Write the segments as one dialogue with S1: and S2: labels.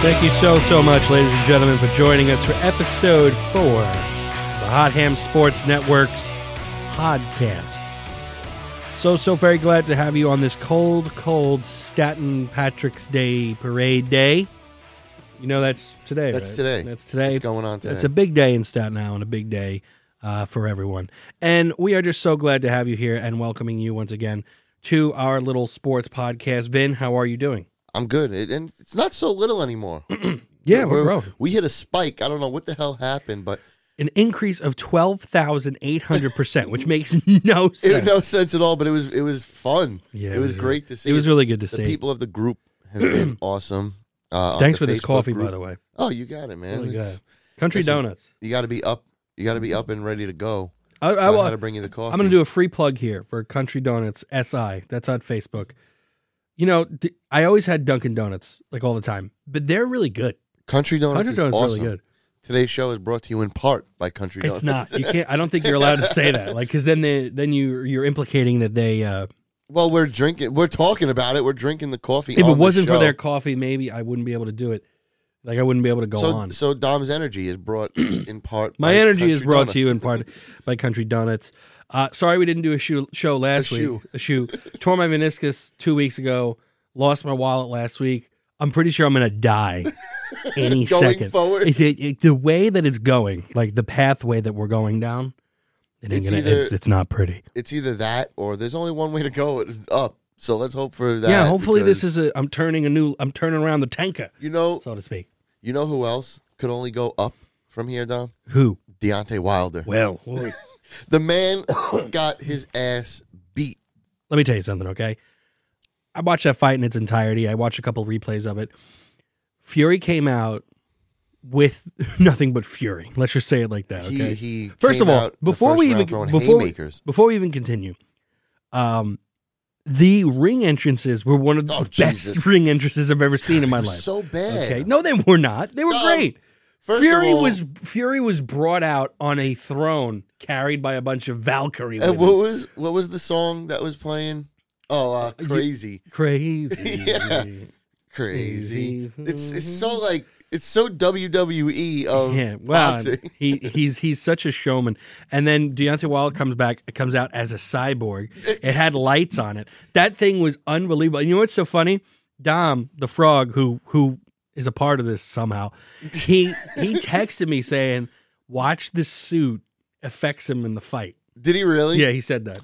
S1: Thank you so, so much, ladies and gentlemen, for joining us for episode four of the Hot Ham Sports Network's podcast. So, so very glad to have you on this cold, cold Staten Patrick's Day parade day. You know, that's today.
S2: That's
S1: right?
S2: today.
S1: That's today.
S2: It's going on today.
S1: It's a big day in Staten Island, a big day uh, for everyone. And we are just so glad to have you here and welcoming you once again to our little sports podcast. Vin, how are you doing?
S2: I'm good, it, and it's not so little anymore.
S1: Yeah, we're growing.
S2: We hit a spike. I don't know what the hell happened, but
S1: an increase of 12,800%, which makes no
S2: it
S1: sense.
S2: made no sense at all. But it was it was fun.
S1: Yeah, it
S2: it, was,
S1: was really-
S2: great to see.
S1: it was really good to
S2: the
S1: see.
S2: people of the group have been awesome. Uh, on
S1: Thanks
S2: the
S1: for this
S2: Facebook
S1: coffee,
S2: group.
S1: by the way.
S2: Oh, you got it, man.
S1: Really
S2: It's-
S1: Country
S2: Listen,
S1: Donuts.
S2: You got to be up. You got to be up and ready to go.
S1: I,
S2: So
S1: I,
S2: I,
S1: will-
S2: had to bring you the coffee.
S1: Uh, I'm going to do a free plug here for Country Donuts SI. That's on Facebook. You know, d- I always had Dunkin' Donuts like all the time, but they're really good.
S2: Country Donuts.
S1: Country
S2: is
S1: Donuts
S2: awesome.
S1: really good.
S2: Today's show is brought to you in part by Country Donuts.
S3: It's not.
S1: You can't. I don't think you're allowed to say that, like, because then they then you you're implicating that they. Uh,
S2: Well, we're drinking. We're talking about it. We're drinking the coffee.
S1: if
S2: on
S1: it
S2: the
S1: wasn't for
S2: show.
S1: their coffee, maybe I wouldn't be able to do it. Like I wouldn't be able to go
S2: so,
S1: on.
S2: So Dom's energy is brought in part.
S1: My
S2: by
S1: energy is
S2: Country
S1: brought to you
S2: Donuts.
S1: in part by Country Donuts. Uh, sorry we didn't do a shoe, show last
S2: A
S1: week.
S2: shoe.
S1: A shoe. Tore my meniscus two weeks ago. Lost my wallet last week. I'm pretty sure I'm going to die any
S2: Going
S1: second.
S2: forward?
S1: It's- it- it- the way that it's going, like the pathway that we're going down, it ain't
S2: It's
S1: gonna,
S2: either-
S1: it's, it's not pretty.
S2: It's either that or there's only one way to go. It's up. So let's hope for that.
S1: yeah, hopefully this
S2: because
S1: is a. I'm turning a new. I'm turning around the tanker,
S2: You know,
S1: so to speak.
S2: you know who else could only go up from here, Dom?
S1: Who?
S2: Deontay Wilder.
S1: Well,
S2: The man got his ass beat.
S1: let me tell you something, okay? I watched that fight in its entirety. I watched a couple replays of it. Fury came out with nothing but fury. Let's just say it like that,
S2: He,
S1: okay?
S2: he
S1: first
S2: came
S1: of all,
S2: out the
S1: before
S2: first
S1: we
S2: round
S1: even
S2: throwing
S1: before we,
S2: haymakers.
S1: before we even continue, um, the ring entrances were one of the
S2: Oh,
S1: best
S2: Jesus.
S1: ring entrances I've ever seen in my
S2: It was
S1: life.
S2: so bad.
S1: okay, no, they were not. They were
S2: No,
S1: great.
S2: first of
S1: Fury
S2: all-
S1: was Fury was brought out on a throne carried by a bunch of Valkyrie.
S2: And
S1: women.
S2: what was what was the song that was playing? Oh, uh, crazy,
S1: Crazy.
S2: Yeah. crazy. It's it's so like it's so WWE of
S1: Yeah, well,
S2: boxing.
S1: he he's he's such a showman. And then Deontay Wilder comes back, comes out as a cyborg. It had lights on it. That thing was unbelievable. And you know what's so funny? Dom the Frog, who who is a part of this somehow, he he texted me saying, "Watch this suit affects him in the fight."
S2: Did he really?
S1: Yeah, he said that.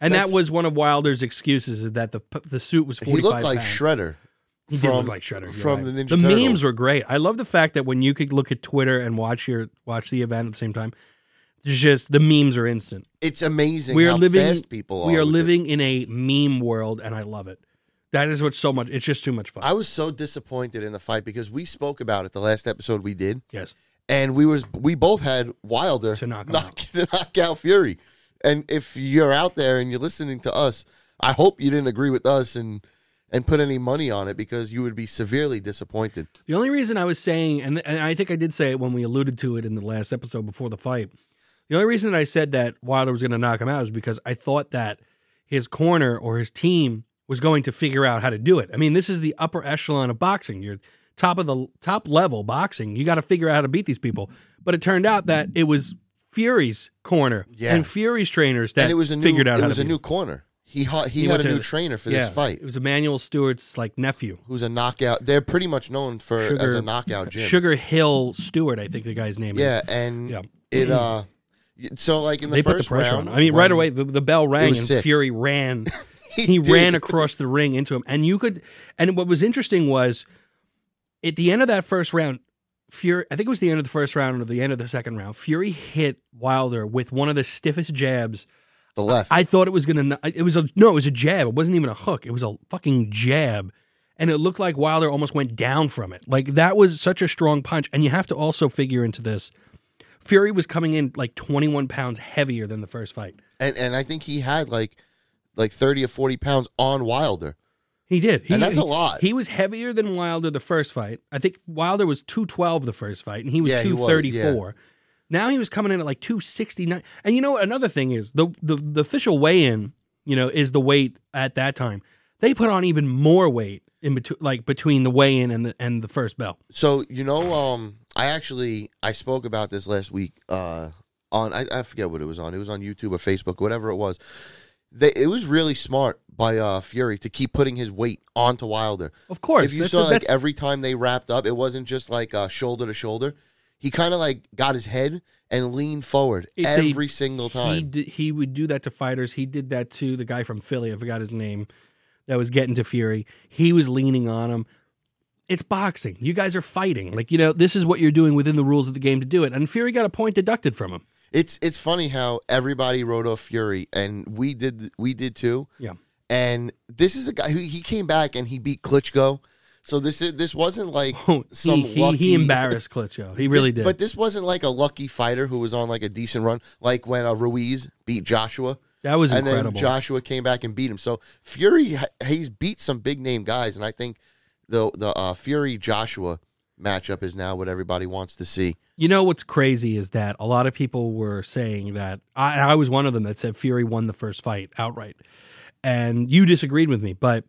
S1: And
S2: That's-
S1: that was one of Wilder's excuses is that the the suit was
S2: he
S1: forty
S2: looked
S1: five
S2: like
S1: pounds.
S2: Shredder.
S1: He did look like Shredder you're right.
S2: from the Ninja
S1: The
S2: Turtles.
S1: memes were great. I love the fact that when you could look at Twitter and watch your watch the event at the same time, there's just the memes are instant.
S2: It's amazing.
S1: We are
S2: how
S1: living.
S2: Fast people are.
S1: we are
S2: with it.
S1: living in a meme world, and I love it. That is what's so much. It's just too much fun.
S2: I was so disappointed in the fight because we spoke about it the last episode we did,
S1: yes,
S2: and we was we both had Wilder
S1: To knock him out.
S2: to knock out Fury. And if you're out there and you're listening to us, I hope you didn't agree with us and and put any money on it because you would be severely disappointed.
S1: the only reason I was saying, and, and I think I did say it when we alluded to it in the last episode before the fight. The only reason that I said that Wilder was going to knock him out is because I thought that his corner or his team was going to figure out how to do it. I mean, this is the upper echelon of boxing. You're top of the top level boxing. You got to figure out how to beat these people. But it turned out that it was Fury's corner
S2: Yeah.
S1: and Fury's trainers that
S2: and it was a new
S1: figured out
S2: it
S1: how
S2: was
S1: to
S2: a
S1: beat
S2: new corner. He ha- he,
S1: He
S2: had
S1: went
S2: a new
S1: to-
S2: trainer for
S1: yeah,
S2: this fight,
S1: It was Emmanuel Stewart's like nephew.
S2: who's a knockout. They're pretty much known for as a knockout gym.
S1: Sugar Hill Stewart, I think the guy's name is.
S2: Yeah, and
S1: Yeah.
S2: it uh, so like in the
S1: they
S2: first
S1: put the pressure
S2: round,
S1: on. Him. I mean, right
S2: when-
S1: away the, the bell rang
S2: was
S1: and
S2: sick.
S1: Fury ran. he
S2: did.
S1: ran across the ring into him, and you could. And what was interesting was at the end of that first round, Fury. I think it was the end of the first round or the end of the second round. Fury hit Wilder with one of the stiffest jabs.
S2: the left.
S1: I thought it was gonna. It was a no. It was a jab. It wasn't even a hook. It was a fucking jab. And it looked like Wilder almost went down from it. Like that was such a strong punch. And you have to also figure into this. Fury was coming in like 21 pounds heavier than the first fight.
S2: and and I think he had like like thirty or forty pounds on Wilder.
S1: He did. He,
S2: And that's a
S1: he-
S2: lot.
S1: He was heavier than Wilder the first fight. I think Wilder was 212 the first fight, and he was
S2: Yeah, he was,
S1: 234. Now he was coming in at like 269. And you know, another thing is the, the, the official weigh in, you know, is the weight at that time. They put on even more weight in between, like between the weigh-in and the and the first bell.
S2: So you know, um, I actually I spoke about this last week. Uh, on I, I forget what it was on. It was on YouTube or Facebook, whatever it was. They, it was really smart by uh, Fury to keep putting his weight onto Wilder.
S1: Of course,
S2: If you
S1: that's-
S2: saw like
S1: that's-
S2: every time they wrapped up, it wasn't just like uh, shoulder to shoulder. He kind of like got his head and leaned forward
S1: It's a-
S2: every single
S1: He
S2: time.
S1: did, he would do that to fighters. He did that to the guy from Philly. I forgot his name. That was getting to Fury. He was leaning on him. It's boxing. You guys are fighting. Like you know, this is what you're doing within the rules of the game to do it. And Fury got a point deducted from him.
S2: It's it's funny how everybody wrote off Fury, and we did we did too.
S1: Yeah.
S2: And this is a guy who he came back and he beat Klitschko. So this is, this wasn't like some
S1: he, he,
S2: lucky.
S1: he embarrassed Klitschko. He really
S2: This-
S1: did.
S2: But this wasn't like a lucky fighter who was on like a decent run, like when uh, Ruiz beat Joshua.
S1: that was
S2: and
S1: incredible.
S2: then Joshua came back and beat him. So Fury, ha- he's beat some big name guys, and I think the the uh, Fury Joshua matchup is now what everybody wants to see.
S1: You know what's crazy is that a lot of people were saying that I, and I was one of them that said Fury won the first fight outright, and you disagreed with me, but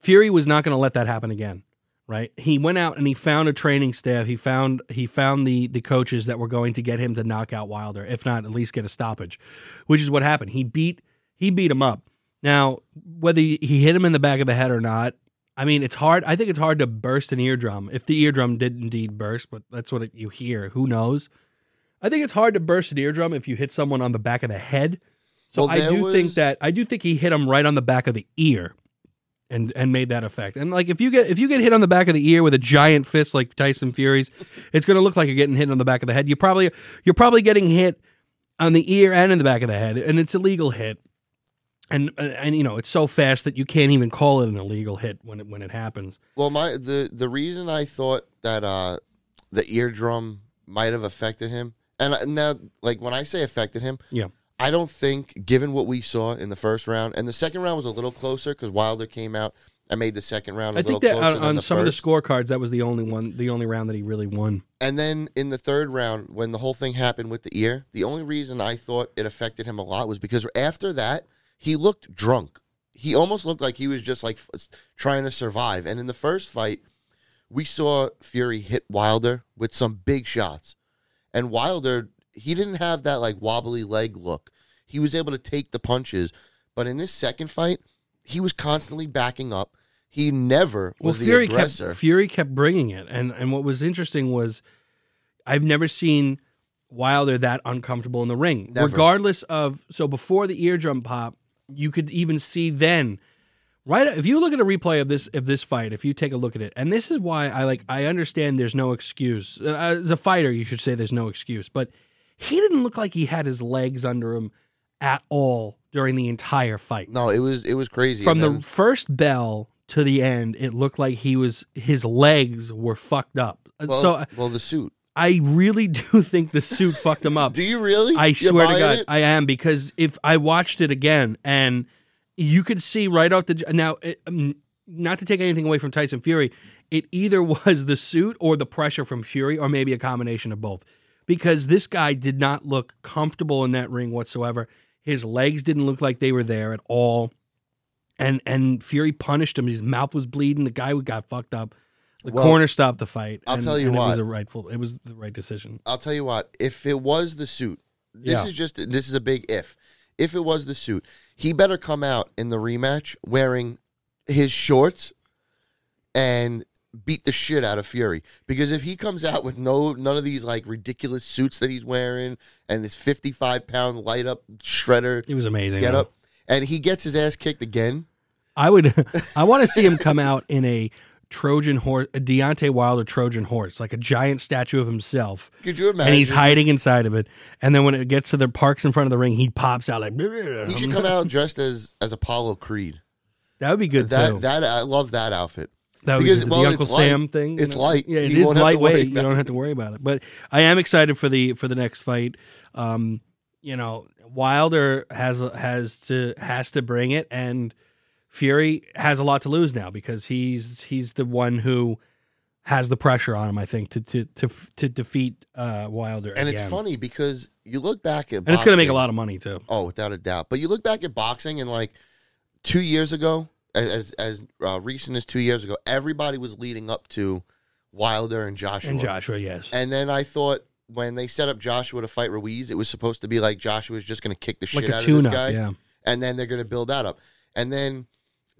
S1: Fury was not going to let that happen again. Right? He went out and he found a training staff. He found he found the the coaches that were going to get him to knock out Wilder, if not at least get a stoppage, which is what happened. He beat he beat him up. Now, whether he hit him in the back of the head or not, I mean, it's hard. I think it's hard to burst an eardrum if the eardrum did indeed burst, but that's what it, you hear. Who knows? I think it's hard to burst an eardrum if you hit someone on the back of the head. So
S2: Well,
S1: I
S2: there
S1: do
S2: was-
S1: think that I do think he hit him right on the back of the ear, and and made that effect. And like if you get if you get hit on the back of the ear with a giant fist like Tyson Fury's, it's going to look like you're getting hit on the back of the head. You probably you're probably getting hit on the ear and in the back of the head, and it's a legal hit. And and, and you know it's so fast that you can't even call it an illegal hit when it when it happens.
S2: Well, my the the reason I thought that uh, the eardrum might have affected him, and I- now like when I say affected him,
S1: Yeah.
S2: I don't think given what we saw in the first round and the second round was a little closer because Wilder came out and made the second round. a
S1: I think that
S2: little closer
S1: on,
S2: than
S1: on
S2: the
S1: some
S2: first.
S1: of the scorecards, that was the only one, the only round that he really won.
S2: And then in the third round, when the whole thing happened with the ear, the only reason I thought it affected him a lot was because after that, he looked drunk. He almost looked like he was just like f- trying to survive. And in the first fight, we saw Fury hit Wilder with some big shots. And Wilder, he didn't have that like wobbly leg look. He was able to take the punches. But in this second fight, he was constantly backing up. He never
S1: Well,
S2: was the
S1: Fury kept
S2: aggressor.
S1: Fury kept bringing it, and and what was interesting was, I've never seen Wilder that uncomfortable in the ring,
S2: Never.
S1: regardless of. So before the eardrum pop, you could even see then. Right, if you look at a replay of this of this fight, if you take a look at it, and this is why I like I understand there's no excuse Uh, as a fighter, you should say there's no excuse, but he didn't look like he had his legs under him at all during the entire fight
S2: no, it was it was crazy.
S1: from
S2: And
S1: the
S2: then-
S1: first bell to the end it looked like he was his legs were fucked up Uh,
S2: Well,
S1: so I-
S2: well, the suit.
S1: i really do think the suit fucked him up
S2: Do you really?
S1: uh, i
S2: You're
S1: swear to
S2: buying
S1: god
S2: it?
S1: i am because if i watched it again and you could see right off the j- now it, um, not to take anything away from tyson fury it either was the suit or the pressure from fury or maybe a combination of both because this guy did not look comfortable in that ring whatsoever his legs didn't look like they were there at all and and Fury punished him. His mouth was bleeding. The guy got fucked up. The
S2: Well,
S1: corner stopped the fight.
S2: I'll
S1: and-
S2: tell you
S1: and It
S2: what.
S1: was a rightful. It was the right decision.
S2: I'll tell you what. If it was the suit, this
S1: Yeah.
S2: is just this is a big if. If it was the suit, he better come out in the rematch wearing his shorts and beat the shit out of Fury. Because if he comes out with no none of these like ridiculous suits that he's wearing and this fifty five pound light up shredder
S1: It was amazing.
S2: get
S1: though.
S2: up, and he gets his ass kicked again.
S1: I would. I want to see him come out in a Trojan horse, a Deontay Wilder Trojan horse, like a giant statue of himself,
S2: Could you imagine?
S1: and he's hiding inside of it. And then when it gets to the parks in front of the ring, he pops out like.
S2: he should come out dressed as as Apollo Creed.
S1: That would be good too.
S2: That that I love that outfit.
S1: That would be
S2: Because,
S1: good.
S2: well,
S1: the
S2: it's
S1: Uncle
S2: light.
S1: Sam thing. you
S2: It's light.
S1: Yeah, it
S2: You
S1: is
S2: won't have to worry
S1: lightweight. You
S2: about
S1: don't have to worry about it. But I am excited for the for the next fight. Um, you know, Wilder has has to has to bring it, and Fury has a lot to lose now because he's he's the one who has the pressure on him. I think to to to to defeat uh, Wilder,
S2: And it's
S1: again.
S2: funny because you look back at
S1: and it's going to make a
S2: boxing-
S1: lot of money too.
S2: Oh, without a doubt. But you look back at boxing and like two years ago, as as uh, recent as two years ago, everybody was leading up to Wilder and Joshua.
S1: And Joshua, yes.
S2: And then I thought when they set up Joshua to fight Ruiz, it was supposed to be like Joshua's just going to kick the
S1: like
S2: shit
S1: a
S2: out of
S1: tune
S2: this
S1: up.
S2: guy,
S1: Yeah.
S2: and then they're going to build that up. And then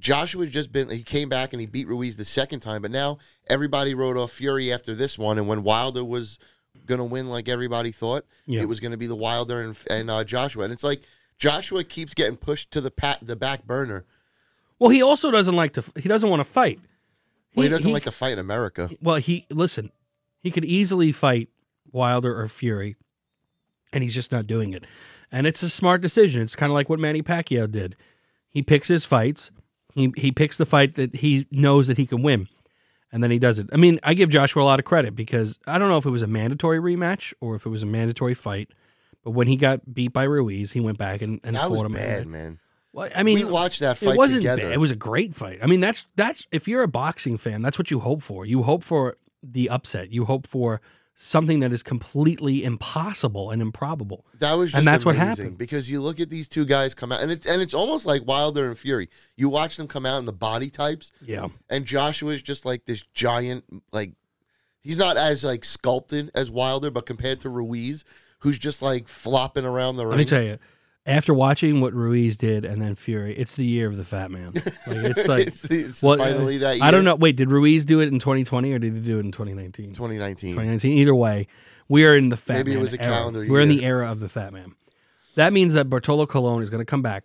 S2: Joshua's just been he came back and he beat Ruiz the second time, but now everybody wrote off Fury after this one, and when Wilder was going to win like everybody thought,
S1: Yeah.
S2: it was going to be the Wilder and and uh, Joshua, and it's like Joshua keeps getting pushed to the pat the back burner.
S1: Well, he also doesn't like to. He doesn't want to fight.
S2: Well, he, doesn't like to fight in America.
S1: Well, he listen. He could easily fight Wilder or Fury, and he's just not doing it. And it's a smart decision. It's kind of like what Manny Pacquiao did. He picks his fights. He he picks the fight that he knows that he can win, and then he does it. I mean, I give Joshua a lot of credit because I don't know if it was a mandatory rematch or if it was a mandatory fight. But when he got beat by Ruiz, he went back and, and
S2: That
S1: fought
S2: was
S1: him.
S2: bad, man.
S1: Well, I mean,
S2: we watched that fight
S1: it wasn't
S2: together.
S1: bad. It was a great fight. I mean, that's that's if you're a boxing fan, that's what you hope for. You hope for the upset. You hope for something that is completely impossible and improbable.
S2: That was just
S1: And that's what
S2: amazing
S1: happened.
S2: because you look at these two guys come out and it's and it's almost like Wilder and Fury. You watch them come out in the body types
S1: Yeah.
S2: and Joshua's just like this giant like he's not as like sculpted as Wilder but compared to Ruiz who's just like flopping around the
S1: Let me
S2: ring.
S1: tell you, after watching what Ruiz did and then Fury, it's the year of the fat man. Like it's like
S2: it's, it's
S1: well,
S2: finally that year.
S1: I don't know. Wait, did Ruiz do it in 2020 or did he do it in 2019?
S2: 2019.
S1: 2019. Either way, we are in the fat
S2: Maybe it
S1: man
S2: was a
S1: era.
S2: calendar
S1: We're in
S2: year.
S1: the era of the fat man. That means that Bartolo Colon is going to come back.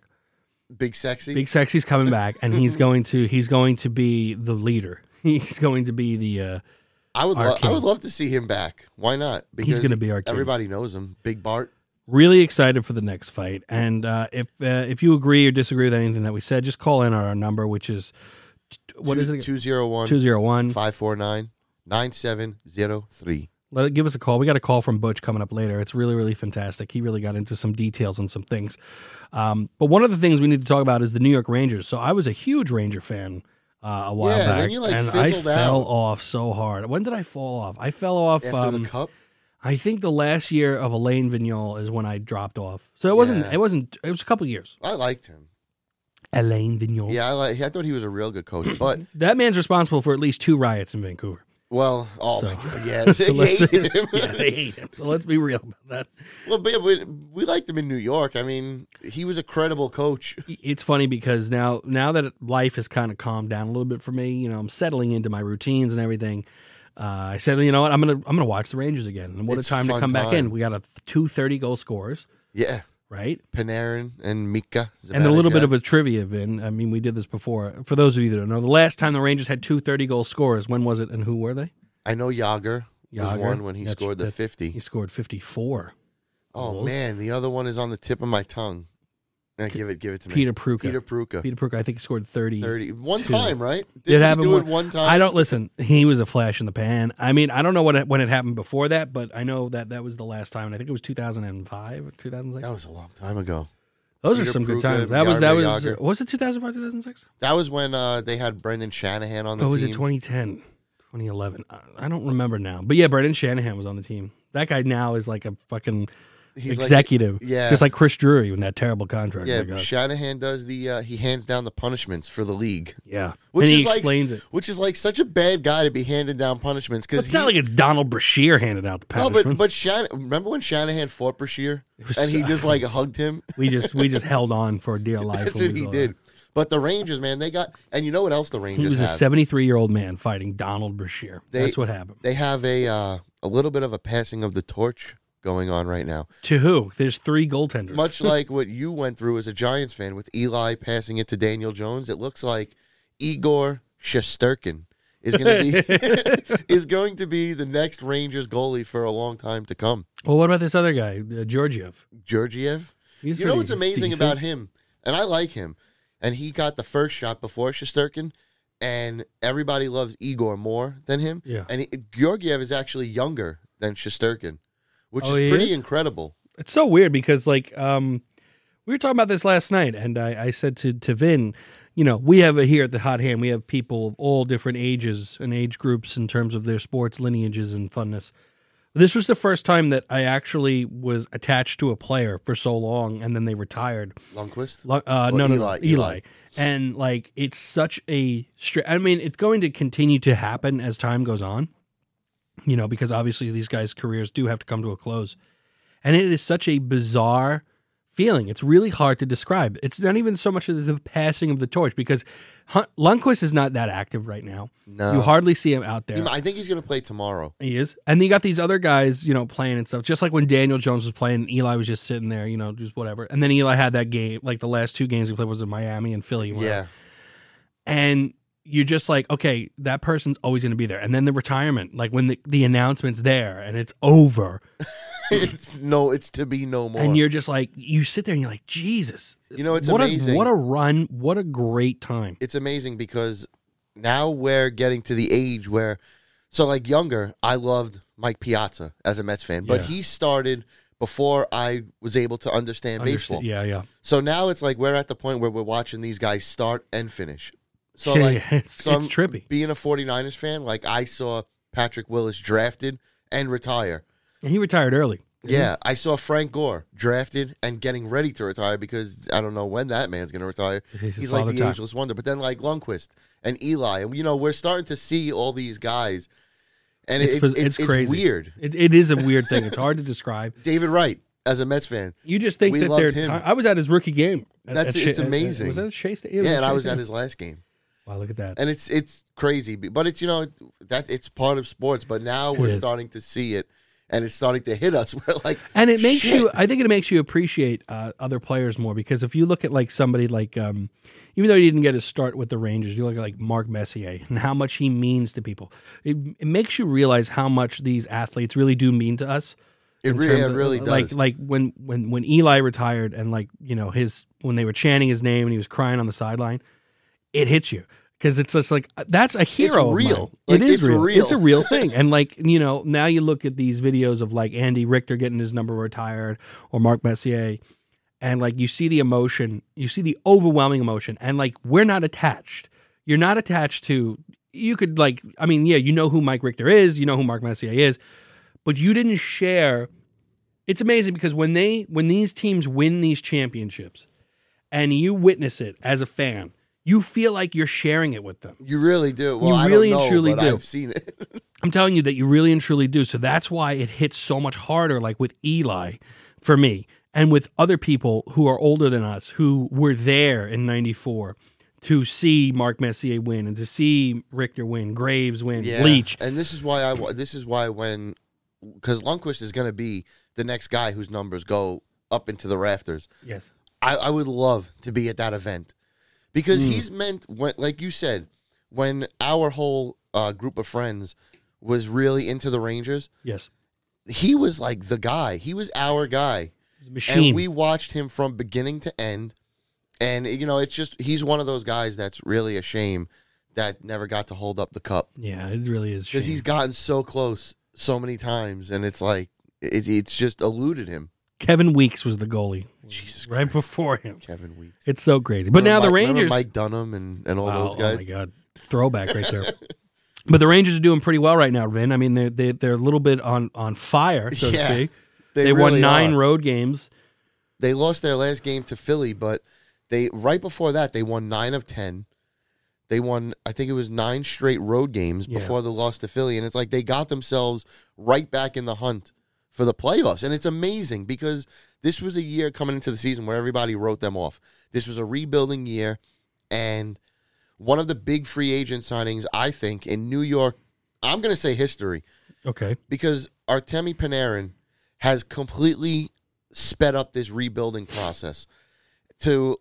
S2: Big sexy.
S1: Big Sexy's coming back, and he's going to he's going to be the leader. He's going to be the uh,
S2: I would
S1: our
S2: lo- I
S1: king.
S2: would love to see him back. Why not? Because
S1: gonna be our king.
S2: Everybody knows him. Big Bart.
S1: really excited for the next fight. And uh, if uh, if you agree or disagree with anything that we said, just call in on our number, which is what is it?
S2: 201
S1: Two zero one.
S2: 549 9703.
S1: Let it, give us a call. We got a call from Butch coming up later. It's really really fantastic. He really got into some details on some things. Um, but one of the things we need to talk about is the New York Rangers. So I was a huge Ranger fan. Uh, a while
S2: Yeah,
S1: back,
S2: then you, like,
S1: and I
S2: fizzled out.
S1: fell off so hard. When did I fall off? I fell off
S2: After
S1: um,
S2: the cup,
S1: I think the last year of Elaine Vignol is when I dropped off. So it wasn't.
S2: Yeah.
S1: It wasn't. It was a couple years.
S2: I liked him.
S1: Elaine Vignol.
S2: Yeah, I like. I thought he was a real good coach, but
S1: That man's responsible for at least two riots in Vancouver.
S2: well, oh
S1: So-
S2: my God, yeah, they
S1: So let's-
S2: hated him.
S1: yeah, they hate him. So let's be real about that.
S2: well, but yeah, we, we liked him in New York. I mean, he was a credible coach.
S1: It's funny because now, now that life has kind of calmed down a little bit for me, you know, I'm settling into my routines and everything. Uh, I said, you know what, I'm gonna, I'm gonna watch the Rangers again. And what
S2: It's
S1: a time to
S2: fun
S1: come back in.
S2: time.
S1: We got a two thirty goal scorers,
S2: Yeah,
S1: right?
S2: Panarin and Mika,
S1: and a little bit of a trivia, Vin. I mean, we did this before. For those of you that don't know, the last time the Rangers had two 30 goal scorers, when was it and who were they?
S2: I know Yager, was
S1: Yager,
S2: one when he
S1: that's-
S2: scored the
S1: that- He
S2: fifty.
S1: scored 54.
S2: Oh man, the other one is on the tip of my tongue. Now, give it, give it to me.
S1: Peter Pruka.
S2: Peter
S1: Peter,
S2: Pruka,
S1: Pruka, I think, scored 30.
S2: thirty. One
S1: Two.
S2: time, right?
S1: Did it
S2: he
S1: happen
S2: do
S1: one-
S2: it one time?
S1: I don't listen. He was a flash in the pan. I mean, I don't know when it, when it happened before that, but I know that that was the last time. And I think it was 2005 or 2006.
S2: That was a long time ago.
S1: Those
S2: Peter
S1: are some good
S2: Pruka,
S1: times. That was that
S2: Yarmo
S1: was
S2: Yager.
S1: was it 2005 2006?
S2: That was when uh, they had Brendan Shanahan on the
S1: Or
S2: team.
S1: Oh, was it 2010, 2011? I- I don't remember now. But yeah, Brendan Shanahan was on the team. That guy now is like a fucking
S2: He's like-
S1: executive,
S2: yeah.
S1: just like Chris Drury when that terrible contract. Yeah,
S2: Yeah, Shanahan does the uh, he hands down the punishments for the league,
S1: yeah.
S2: which
S1: and he
S2: is like
S1: explains it.
S2: which is like such a bad guy to be handing down punishments because
S1: It's not like it's Donald Brashear handed out the
S2: no,
S1: punishments.
S2: but but Shan, remember when Shanahan fought Brashear
S1: was
S2: and he
S1: so-
S2: just like hugged him?
S1: we just we just held on for dear life.
S2: That's
S1: when
S2: what
S1: we
S2: he
S1: saw
S2: did. But the Rangers, man, they got and you know what else the
S1: that. He
S2: Rangers
S1: was a
S2: have?
S1: 73 year old man fighting Donald Brashear.
S2: They-
S1: That's what happened.
S2: they have a uh, a little bit of a passing of the torch going on right now,
S1: To who? There's three goaltenders.
S2: much like what you went through as a Giants fan with Eli passing it to Daniel Jones. It looks like Igor Shesterkin is going to be is going to be the next Rangers goalie for a long time to come.
S1: Well, what about this other guy, uh, Georgiev?
S2: Georgiev.
S1: He's
S2: you know
S1: pretty
S2: what's amazing
S1: decent.
S2: about him, and I like him, and he got the first shot before Shesterkin, and everybody loves Igor more than him.
S1: Yeah.
S2: and he, Georgiev is actually younger than Shesterkin, which
S1: Oh,
S2: is
S1: he
S2: pretty
S1: is?
S2: incredible.
S1: It's so weird because like um we were talking about this last night and I, I said to, to Vin, you know, we have a, here at the Hot Hand, we have people of all different ages and age groups in terms of their sports lineages and funness. This was the first time that I actually was attached to a player for so long, and then they retired.
S2: Lundqvist.
S1: Lu- Uh,
S2: Or
S1: no, no,
S2: Eli,
S1: Eli,
S2: Eli.
S1: Eli. And like, it's such a. Stri- I mean, it's going to continue to happen as time goes on, you know, because obviously these guys' careers do have to come to a close, and it is such a bizarre feeling. It's really hard to describe. It's not even so much of the passing of the torch because Hun- Lundqvist is not that active right now.
S2: No,
S1: You hardly see him out there.
S2: He- I think he's going to play tomorrow.
S1: He is. And then you got these other guys, you know, playing and stuff. Just like when Daniel Jones was playing, Eli was just sitting there, you know, just whatever. And then Eli had that game, like the last two games he played was in Miami and Philly. whatever.
S2: Yeah,
S1: And you're just like, okay, that person's always going to be there. And then the retirement, like when the, the announcement's there and it's over.
S2: it's no, it's to be no more.
S1: And you're just like, you sit there and you're like, Jesus.
S2: You know, it's
S1: what
S2: amazing.
S1: A, what a run. What a great time.
S2: it's amazing because now we're getting to the age where, so like younger, I loved Mike Piazza as a Mets fan, but
S1: Yeah.
S2: he started before I was able to understand,
S1: Understand-
S2: baseball.
S1: Yeah, yeah.
S2: So now it's like we're at the point where we're watching these guys start and finish. So
S1: Yeah,
S2: like
S1: yeah, it's,
S2: some-
S1: it's trippy.
S2: being a 49ers fan, like I saw Patrick Willis drafted and retire.
S1: And he retired early.
S2: Yeah, I saw Frank Gore drafted and getting ready to retire because I don't know when that man's going to retire.
S1: He's,
S2: He's
S1: all
S2: like the
S1: time.
S2: ageless wonder. But then like Lundquist and Eli, and you know, we're starting to see all these guys, and
S1: It's
S2: it- it-
S1: pos-
S2: it's,
S1: it's crazy.
S2: weird.
S1: It, it is a weird thing. It's hard to describe.
S2: David Wright as a Mets fan,
S1: You just think
S2: We
S1: that
S2: loved
S1: they're.
S2: him.
S1: I was at his rookie game. At-
S2: That's-
S1: at Shea-
S2: it's amazing.
S1: was that at Shea Stadium?
S2: yeah, and I
S1: Shea
S2: was at
S1: Stadium?
S2: his last game,
S1: Wow, look at that.
S2: and it's it's crazy. But it's you know that it's part of sports. But now
S1: It
S2: we're
S1: is.
S2: starting to see it, and it's starting to hit us. We're like,
S1: And it makes
S2: shit.
S1: you. I think it makes you appreciate uh, other players more because if you look at like somebody like, um, even though he didn't get his start with the Rangers, you look at like Mark Messier and how much he means to people. It, it makes you realize how much these athletes really do mean to us.
S2: it
S1: in
S2: really,
S1: terms
S2: it
S1: of,
S2: really does.
S1: Like like when when when Eli retired and like you know his when they were chanting his name and he was crying on the sideline, it hits you because it's just like uh, that's a hero. of
S2: real.
S1: mine.
S2: Like,
S1: it is
S2: it's
S1: real.
S2: real.
S1: It's a real thing. and like you know now you look at these videos of like Andy Richter getting his number retired or Mark Messier. And like you see the emotion, you see the overwhelming emotion, and like we're not attached. You're not attached to. You could like, I mean, yeah, you know who Mike Richter is, you know who Mark Messier is, but you didn't share it's amazing because when they when these teams win these championships and you witness it as a fan you feel like you're sharing it with them
S2: you really do. Well,
S1: you
S2: I
S1: really and
S2: don't know,
S1: truly
S2: but
S1: do.
S2: I've seen it.
S1: i'm telling you that you really and truly do so that's why it hits so much harder like with eli for me and with other people who are older than us who were there in 94 to see Mark Messier win and to see Richter win, Graves win, Leach.
S2: And this is why I wa- this is why when because Lundqvist is going to be the next guy whose numbers go up into the rafters.
S1: Yes.
S2: I, I would love to be at that event because he's meant when, like you said, when our whole uh, group of friends was really into the Rangers,
S1: Yes.
S2: he was like the guy. He was our guy,
S1: Machine.
S2: and we watched him from beginning to end. And you know, it's just he's one of those guys that's really a shame that never got to hold up the cup
S1: yeah, it really is.
S2: because
S1: shame.
S2: he's gotten so close so many times, and it's like it, it's just eluded him.
S1: Kevin Weeks was the goalie
S2: Jesus
S1: right
S2: Christ,
S1: before him.
S2: Kevin Weeks.
S1: It's so crazy. But now
S2: Remember
S1: the
S2: Mike- remember
S1: Rangers.
S2: Mike Dunham, and and all
S1: Wow,
S2: those guys.
S1: Oh my god, throwback right there. but the Rangers are doing pretty well right now, Vin. I mean, they're they, they're a little bit on on fire, so
S2: Yeah,
S1: to speak.
S2: they
S1: They, won
S2: really
S1: nine
S2: are.
S1: road games.
S2: They lost their last game to Philly, but they right before that they won nine of ten. They won, I think it was nine straight road games
S1: Yeah.
S2: before the loss to Philly, and it's like they got themselves right back in the hunt for the playoffs, and it's amazing because this was a year coming into the season where everybody wrote them off. This was a rebuilding year, and one of the big free agent signings, I think, in New York, I'm going to say history
S1: Okay,
S2: because Artemi Panarin has completely sped up this rebuilding process to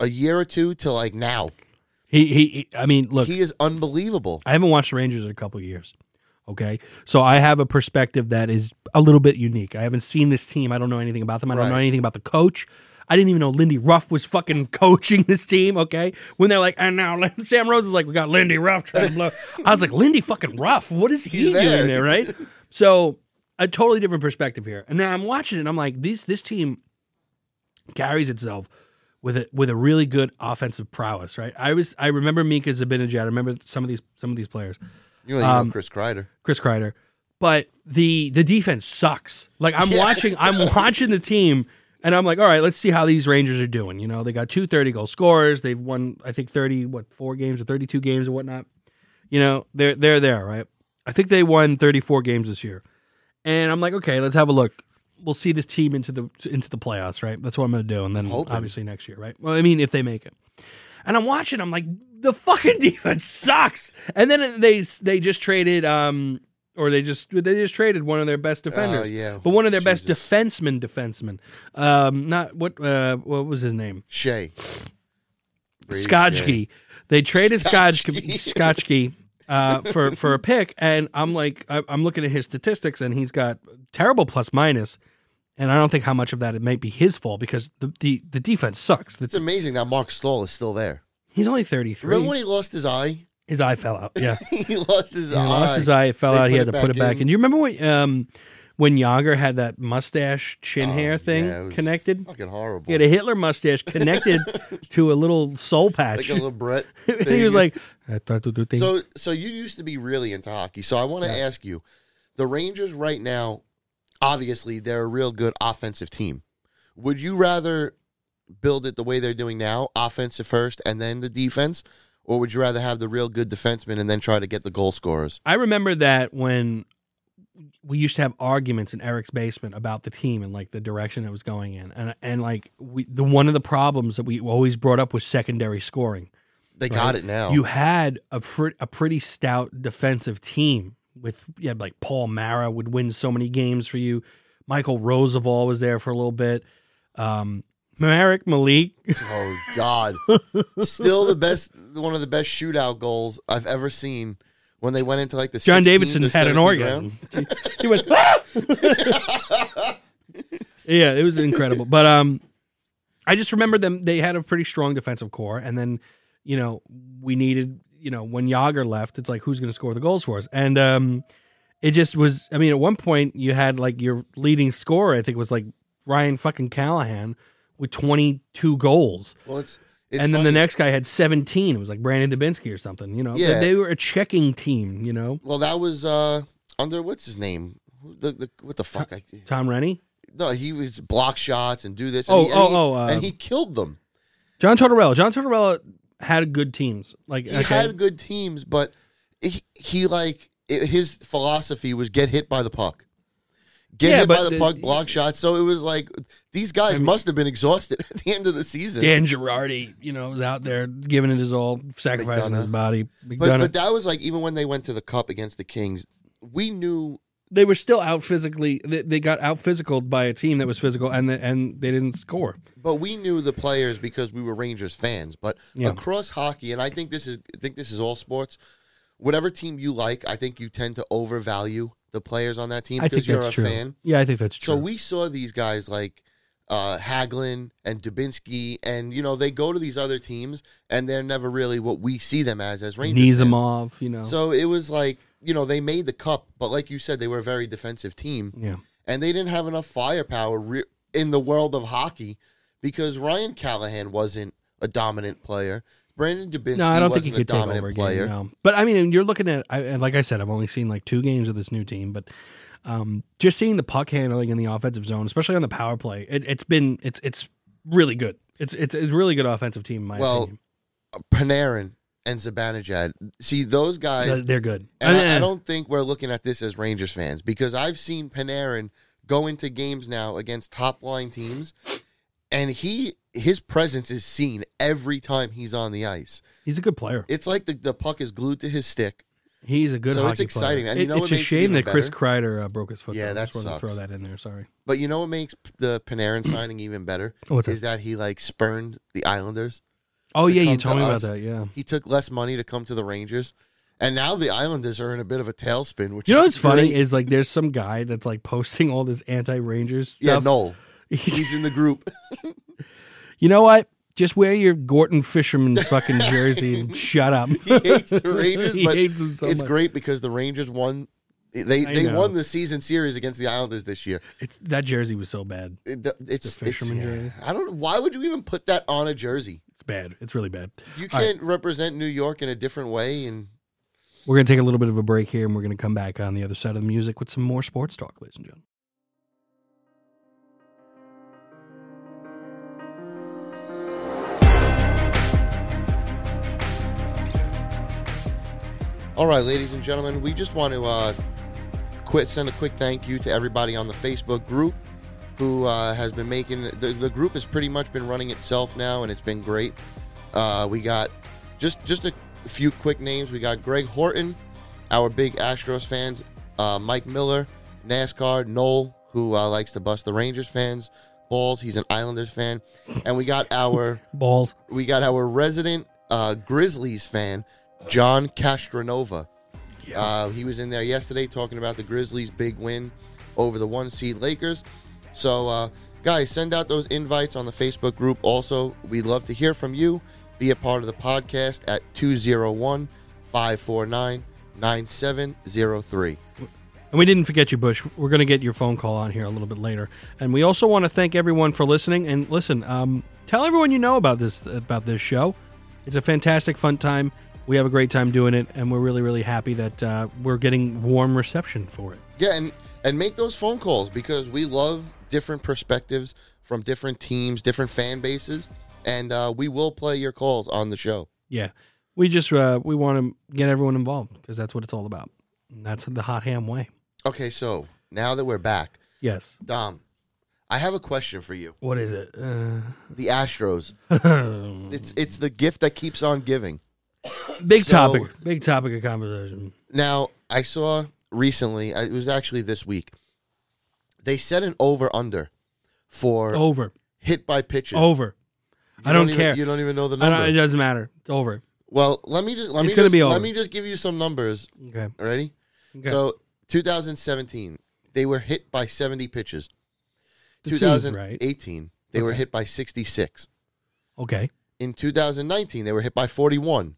S2: a year or two to like now.
S1: he he. he- I mean, look,
S2: he is unbelievable.
S1: I haven't watched the Rangers in a couple years. Okay, so I have a perspective that is a little bit unique. I haven't seen this team. I don't know anything about them. I don't know
S2: Right.
S1: anything about the coach. I didn't even know Lindy Ruff was fucking coaching this team. Okay, when they're like, and now Sam Rose is like, we got Lindy Ruff trying to blow. I was like, Lindy fucking Ruff, what is he
S2: He's there.
S1: doing there, right? So a totally different perspective here. And now I'm watching it. and I'm like, this this team carries itself with a with a really good offensive prowess, right? I was I remember Mika Zibanejad. I remember some of these some of these players.
S2: You don't even know Chris Kreider.
S1: Chris Kreider. but the the defense sucks. Like I'm
S2: Yeah,
S1: watching, I'm watching the team, and I'm like, all right, let's see how these Rangers are doing. You know, they got two 30 goal scorers. They've won, I think, thirty what four games or thirty two games or whatnot. You know, they're they're there, right? I think they won thirty four games this year, and I'm like, okay, let's have a look. We'll see this team into the into the playoffs, right? That's what I'm going to do, and then
S2: Hoping.
S1: obviously next year, right? Well, I mean, if they make it. And I'm watching. I'm like, the fucking defense sucks. And then they they just traded, um, or they just they just traded one of their best defenders,
S2: Oh, yeah.
S1: but one of their best
S2: Jesus.
S1: defensemen, defensemen. Um, not what uh, what was his name?
S2: Shea. Brady Shea.
S1: Skajki. They traded Skajki
S2: Skajki.
S1: Skajki uh, for for a pick, and I'm like, I- I'm looking at his statistics, and he's got terrible plus minus, and I don't think how much of that it might be his fault because the the, the defense sucks.
S2: It's amazing that Mark Stahl is still there.
S1: He's only 33.
S2: Remember when he lost his eye?
S1: His eye fell out. Yeah,
S2: he lost his
S1: he
S2: eye.
S1: lost his eye. It fell
S2: They
S1: out. He
S2: put
S1: had
S2: it
S1: to put
S2: back
S1: it back.
S2: in.
S1: And you remember when um, when Yager had that mustache chin
S2: Oh,
S1: hair thing
S2: yeah, it was
S1: connected?
S2: Fucking horrible.
S1: He had a Hitler mustache connected to a little soul
S2: like
S1: patch.
S2: a little Brett.
S1: And he
S2: thing.
S1: was like, I thought to do things.
S2: So, so you used to be really into hockey. So I want to
S1: Yeah.
S2: ask you, the Rangers right now, obviously they're a real good offensive team. Would you rather build it the way they're doing now, offensive first and then the defense, or would you rather have the real good defensemen and then try to get the goal scorers?
S1: I remember that when we used to have arguments in Eric's basement about the team and like the direction it was going in, and and like we, the one of the problems that we always brought up was secondary scoring.
S2: They got it now.
S1: You had a fr- a pretty stout defensive team with you had like Paul Mara would win so many games for you. Michael Roosevelt was there for a little bit. Um, Marek Malik
S2: oh God! Still the best, one of the best shootout goals I've ever seen. When they went into like the
S1: John
S2: 16th
S1: Davidson
S2: or
S1: had an
S2: 17th
S1: orgasm. He, he went. "Ah!" yeah, it was incredible. But um, I just remember them. They had a pretty strong defensive core, and then you know we needed you know when Yager left, it's like who's going to score the goals for us? And um, it just was. I mean, at one point you had like your leading scorer. I think was like Ryan fucking Callahan with twenty two goals.
S2: Well, it's, it's
S1: and then
S2: funny.
S1: the next guy had 17. It was like Brandon Dubinsky or something, you know?
S2: Yeah.
S1: They were a checking team, you know?
S2: Well, that was uh under what's his name? Who- The, the, what the fuck? I,
S1: Tom Rennie?
S2: no, he was block shots and do this. And
S1: Oh,
S2: he, and
S1: oh,
S2: he-
S1: oh, uh,
S2: and he killed them.
S1: John Tortorella. John Tortorella had good teams. Like
S2: He
S1: okay.
S2: had good teams, but he, he like it, his philosophy was get hit by the puck, get
S1: Yeah,
S2: hit
S1: but
S2: by the,
S1: the-
S2: puck, block shots. So it was like these guys must have been exhausted at the end of the season.
S1: Dan Girardi, you know, was out there giving it his all, sacrificing
S2: McDonough.
S1: his body. McDonough.
S2: but but that was like even when they went to the cup against the Kings, we knew
S1: they were still out physically. They, they got out physicaled by a team that was physical, and the, and they didn't score.
S2: But we knew the players because we were Rangers fans. But
S1: Yeah.
S2: across hockey, and I think this is I think this is all sports. Whatever team you like, I think you tend to overvalue the players on that team
S1: I think
S2: because you're
S1: that's
S2: a
S1: true.
S2: fan.
S1: Yeah, I think that's true.
S2: So we saw these guys like uh, Haglin and Dubinsky, and you know they go to these other teams, and they're never really what we see them as as Rangers. fans.
S1: Nizamov, you know.
S2: So it was like you know they made the cup, but like you said, they were a very defensive team
S1: yeah,
S2: and they didn't have enough firepower re- in the world of hockey because Ryan Callahan wasn't a dominant player. Brandon Dubinsky
S1: no, I don't think
S2: wasn't
S1: he
S2: a
S1: could take
S2: dominant
S1: over a game.
S2: player.
S1: No. But I mean, and you're looking at, I, and like I said, I've only seen like two games of this new team, but um, just seeing the puck handling in the offensive zone, especially on the power play, it, it's been it's it's really good. It's it's a really good offensive team, in my
S2: Well,
S1: opinion.
S2: Panarin and Zibanejad. See those guys.
S1: They're- They're good.
S2: and I, I
S1: Uh,
S2: don't think we're looking at this as Rangers fans because I've seen Panarin go into games now against top line teams, and he his presence is seen every time he's on the ice.
S1: He's a good player.
S2: It's like the, the puck is glued to his stick.
S1: He's a good.
S2: So it's
S1: hockey player.
S2: exciting, and you
S1: It-
S2: know
S1: it's
S2: what
S1: a
S2: makes it
S1: shame
S2: even
S1: that Chris Kreider uh, broke his foot.
S2: Yeah,
S1: though. I just
S2: that
S1: wanted to Throw
S2: sucks.
S1: that in there. Sorry.
S2: But you know what makes the Panarin signing even better?
S1: Oh, what's
S2: is that he like spurned the Islanders.
S1: Oh
S2: to
S1: yeah, you
S2: come
S1: told
S2: to
S1: me about
S2: us.
S1: that. Yeah.
S2: He took less money to come to the Rangers, and now the Islanders are in a bit of a tailspin. Which
S1: You know
S2: is
S1: what's funny
S2: great.
S1: is like there's some guy that's like posting all this anti-Rangers stuff.
S2: yeah, Noel.
S1: He's-
S2: He's in the group.
S1: you know what? Just wear your Gorton Fisherman fucking jersey and shut up.
S2: He hates the Rangers,
S1: he
S2: but
S1: hates them so
S2: it's
S1: much.
S2: great because the Rangers won. They
S1: I
S2: they
S1: know.
S2: won the season series against the Islanders this year.
S1: It's, that jersey was so bad.
S2: It- the- it's it's-
S1: fisherman
S2: yeah.
S1: jersey.
S2: I don't. Why would you even put that on a jersey?
S1: It's bad. It's really bad.
S2: You
S1: All right.
S2: can't represent New York in a different way. And
S1: We're going to take a little bit of a break here and we're going to come back on the other side of the music with some more sports talk, ladies and gentlemen.
S2: All right, ladies and gentlemen, we just want to uh, quit send a quick thank you to everybody on the Facebook group who uh, has been making the, the group has pretty much been running itself now, and it's been great. Uh, we got just just a few quick names. We got Greg Horton, our big Astros fans, uh, Mike Miller, NASCAR Noel, who uh, likes to bust the Rangers fans balls. He's an Islanders fan, and we got our
S1: Balls.
S2: we got our resident uh, Grizzlies fan, John Castronova. Uh, he was in there yesterday talking about the Grizzlies' big win over the one seed Lakers. So, uh, guys, send out those invites on the Facebook group. Also, we'd love to hear from you. Be a part of the podcast at 201 549 9703.
S1: And we didn't forget you, Bush. We're going to get your phone call on here a little bit later. And we also want to thank everyone for listening. And listen, um, tell everyone you know about this about this show. It's a fantastic, fun time. We have a great time doing it, and we're really, really happy that uh, we're getting warm reception for it.
S2: Yeah, and and make those phone calls because we love different perspectives from different teams, different fan bases, and uh, we will play your calls on the show.
S1: Yeah, we just uh, we want to get everyone involved because that's what it's all about. And that's the hot ham way.
S2: Okay, so now that we're back,
S1: Yes.
S2: Dom, I have a question for you.
S1: What is it? Uh,
S2: The Astros. It's it's the gift that keeps on giving.
S1: big
S2: So-
S1: topic. Big topic of conversation.
S2: Now, I saw recently, I- it was actually this week. They set an over under for
S1: Over.
S2: hit by pitches.
S1: Over.
S2: You
S1: Oh. I don't,
S2: even-
S1: care.
S2: You don't even know the
S1: I don't-
S2: number.
S1: it doesn't matter. It's over.
S2: well, let me just let
S1: It's
S2: me
S1: gonna
S2: just,
S1: be over.
S2: let me just give you some numbers.
S1: Okay.
S2: Ready?
S1: Okay.
S2: So, 2017, they were hit by 70 pitches.
S1: That seems right.
S2: 2018, they were
S1: Okay.
S2: hit by 66.
S1: Okay.
S2: In 2019, they were hit by 41.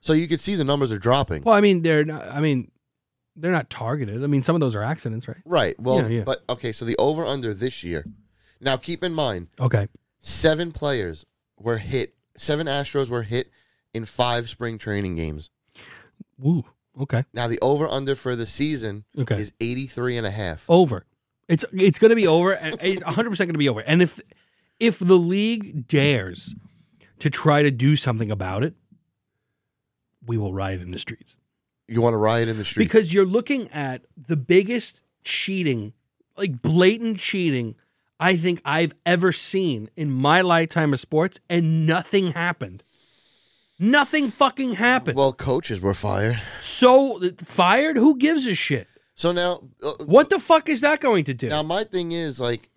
S2: So you could see the numbers are dropping.
S1: Well, I mean, they're not. I mean, they're not targeted. I mean, some of those are accidents, right?
S2: Right. Well,
S1: Yeah, yeah.
S2: but okay, so the over under this year. Now keep in mind,
S1: Okay.
S2: seven players were hit, seven Astros were hit in five spring training games.
S1: Woo. Okay.
S2: Now the over under for the season
S1: Okay. Oh.
S2: is 83 and a half.
S1: over. It's it's going to be over. and It's 100 percent going to be over. And if if the league dares to try to do something about it, we will riot in the streets.
S2: You want to riot in the street.
S1: Because you're looking at the biggest cheating, like blatant cheating, I think I've ever seen in my lifetime of sports, and nothing happened. Nothing fucking happened.
S2: well, coaches were fired.
S1: so fired? Who gives a shit?
S2: So now uh,
S1: What the fuck is that going to do?
S2: now my thing is like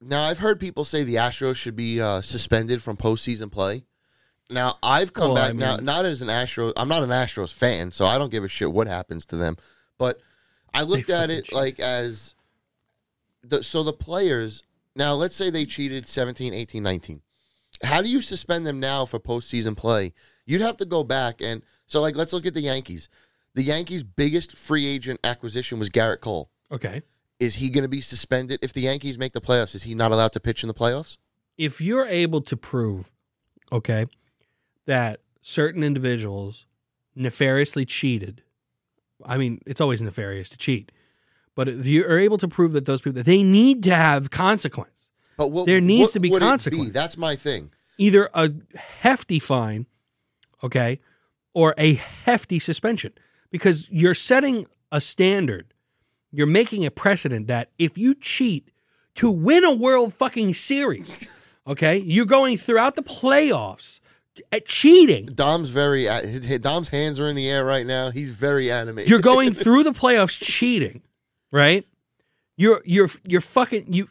S2: now I've heard people say the Astros should be uh, suspended from postseason play. Now I've come
S1: Well,
S2: back
S1: I
S2: now
S1: mean-
S2: not as an Astros I'm not an Astros fan, so I don't give a shit what happens to them. But I looked at
S1: fucking
S2: it
S1: cheat.
S2: like as the so the players now let's say they cheated 17, 18, 19. How do you suspend them now for postseason play? You'd have to go back and so like let's look at the Yankees. The Yankees' biggest free agent acquisition was Garrett Cole
S1: okay.
S2: is he going to be suspended if the Yankees make the playoffs? Is he not allowed to pitch in the playoffs?
S1: if you're able to prove, okay, that certain individuals nefariously cheated, I mean, it's always nefarious to cheat, but if you are able to prove that those people that they need to have consequence,
S2: But what,
S1: There needs
S2: what
S1: to be
S2: would it
S1: consequence.
S2: That's my thing.
S1: either a hefty fine, okay, or a hefty suspension, because you're setting a standard, you're making a precedent that if you cheat to win a World fucking Series, okay, you're going throughout the playoffs at cheating.
S2: Dom's very a- his- his- Dom's hands are in the air right now. He's very animated.
S1: You're going through the playoffs cheating, right? You're you're you're fucking you,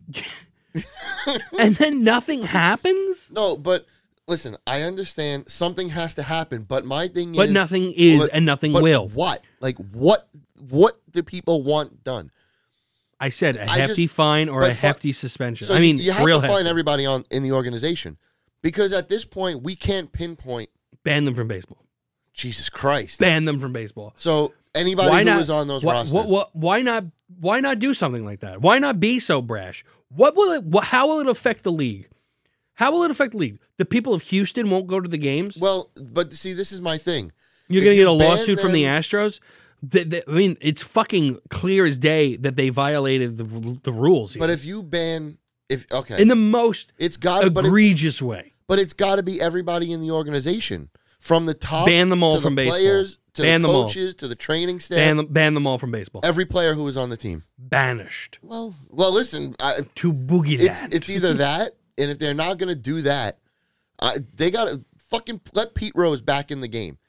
S1: and then nothing happens.
S2: no, but listen, I understand something has to happen. But my thing
S1: But
S2: is
S1: nothing is
S2: but-
S1: and nothing
S2: but
S1: will.
S2: What? Like what? What do people want done?
S1: I said a
S2: I just-
S1: hefty fine or
S2: but
S1: a
S2: fi-
S1: hefty suspension.
S2: So
S1: I
S2: you-
S1: mean,
S2: you have
S1: real
S2: to
S1: hefty.
S2: find everybody on in the organization because at this point we can't pinpoint
S1: Ban them from baseball.
S2: Jesus Christ.
S1: Ban them from baseball.
S2: So anybody
S1: why
S2: who
S1: not?
S2: is on those
S1: why,
S2: rosters,
S1: why- why- why not? Why not do something like that? Why not be so brash? What will it? wh- how will it affect the league? How will it affect the league? The people of Houston won't go to the games.
S2: Well, but see, this is my thing.
S1: You're
S2: If
S1: going to
S2: you
S1: get a
S2: ban
S1: lawsuit from the
S2: them-
S1: Astros? Th- th- I mean, it's fucking clear as day that they violated the, the rules here.
S2: But if you ban, if okay,
S1: in the most
S2: it's got, but, it,
S1: egregious way.
S2: but it's got to be everybody in the organization from the top.
S1: Ban them all
S2: to
S1: from
S2: the
S1: baseball.
S2: players to
S1: Ban
S2: the
S1: them all.
S2: coaches to the training staff.
S1: Ban them, ban them all from baseball.
S2: every player who was on the team.
S1: Banished
S2: Well, well, listen, I,
S1: to boogie
S2: it's
S1: that.
S2: it's either that, and if they're not going to do that, I, they got to fucking let Pete Rose back in the game.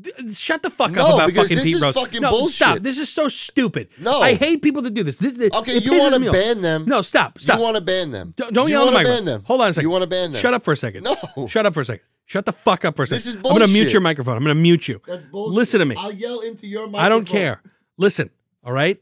S1: D- Shut the fuck
S2: No,
S1: up about
S2: because
S1: fucking
S2: this
S1: Pete
S2: is
S1: Rose.
S2: fucking
S1: no,
S2: bullshit.
S1: stop. This is so stupid.
S2: No.
S1: I hate people that do this. This, this
S2: Okay,
S1: it
S2: you
S1: pisses
S2: want
S1: me
S2: to
S1: off.
S2: ban them?
S1: No, stop, stop.
S2: You want to ban them?
S1: Don't, don't
S2: you
S1: yell in the
S2: wanna
S1: microphone.
S2: Ban them?
S1: Hold on a second.
S2: You want to ban them?
S1: Shut up for a second.
S2: No.
S1: Shut up for a second. Shut the fuck up for a second.
S2: This is
S1: I'm gonna mute
S2: bullshit.
S1: your microphone. I'm gonna mute you.
S2: That's bullshit.
S1: Listen to me.
S2: I'll yell into your microphone.
S1: I don't care. Listen, all right?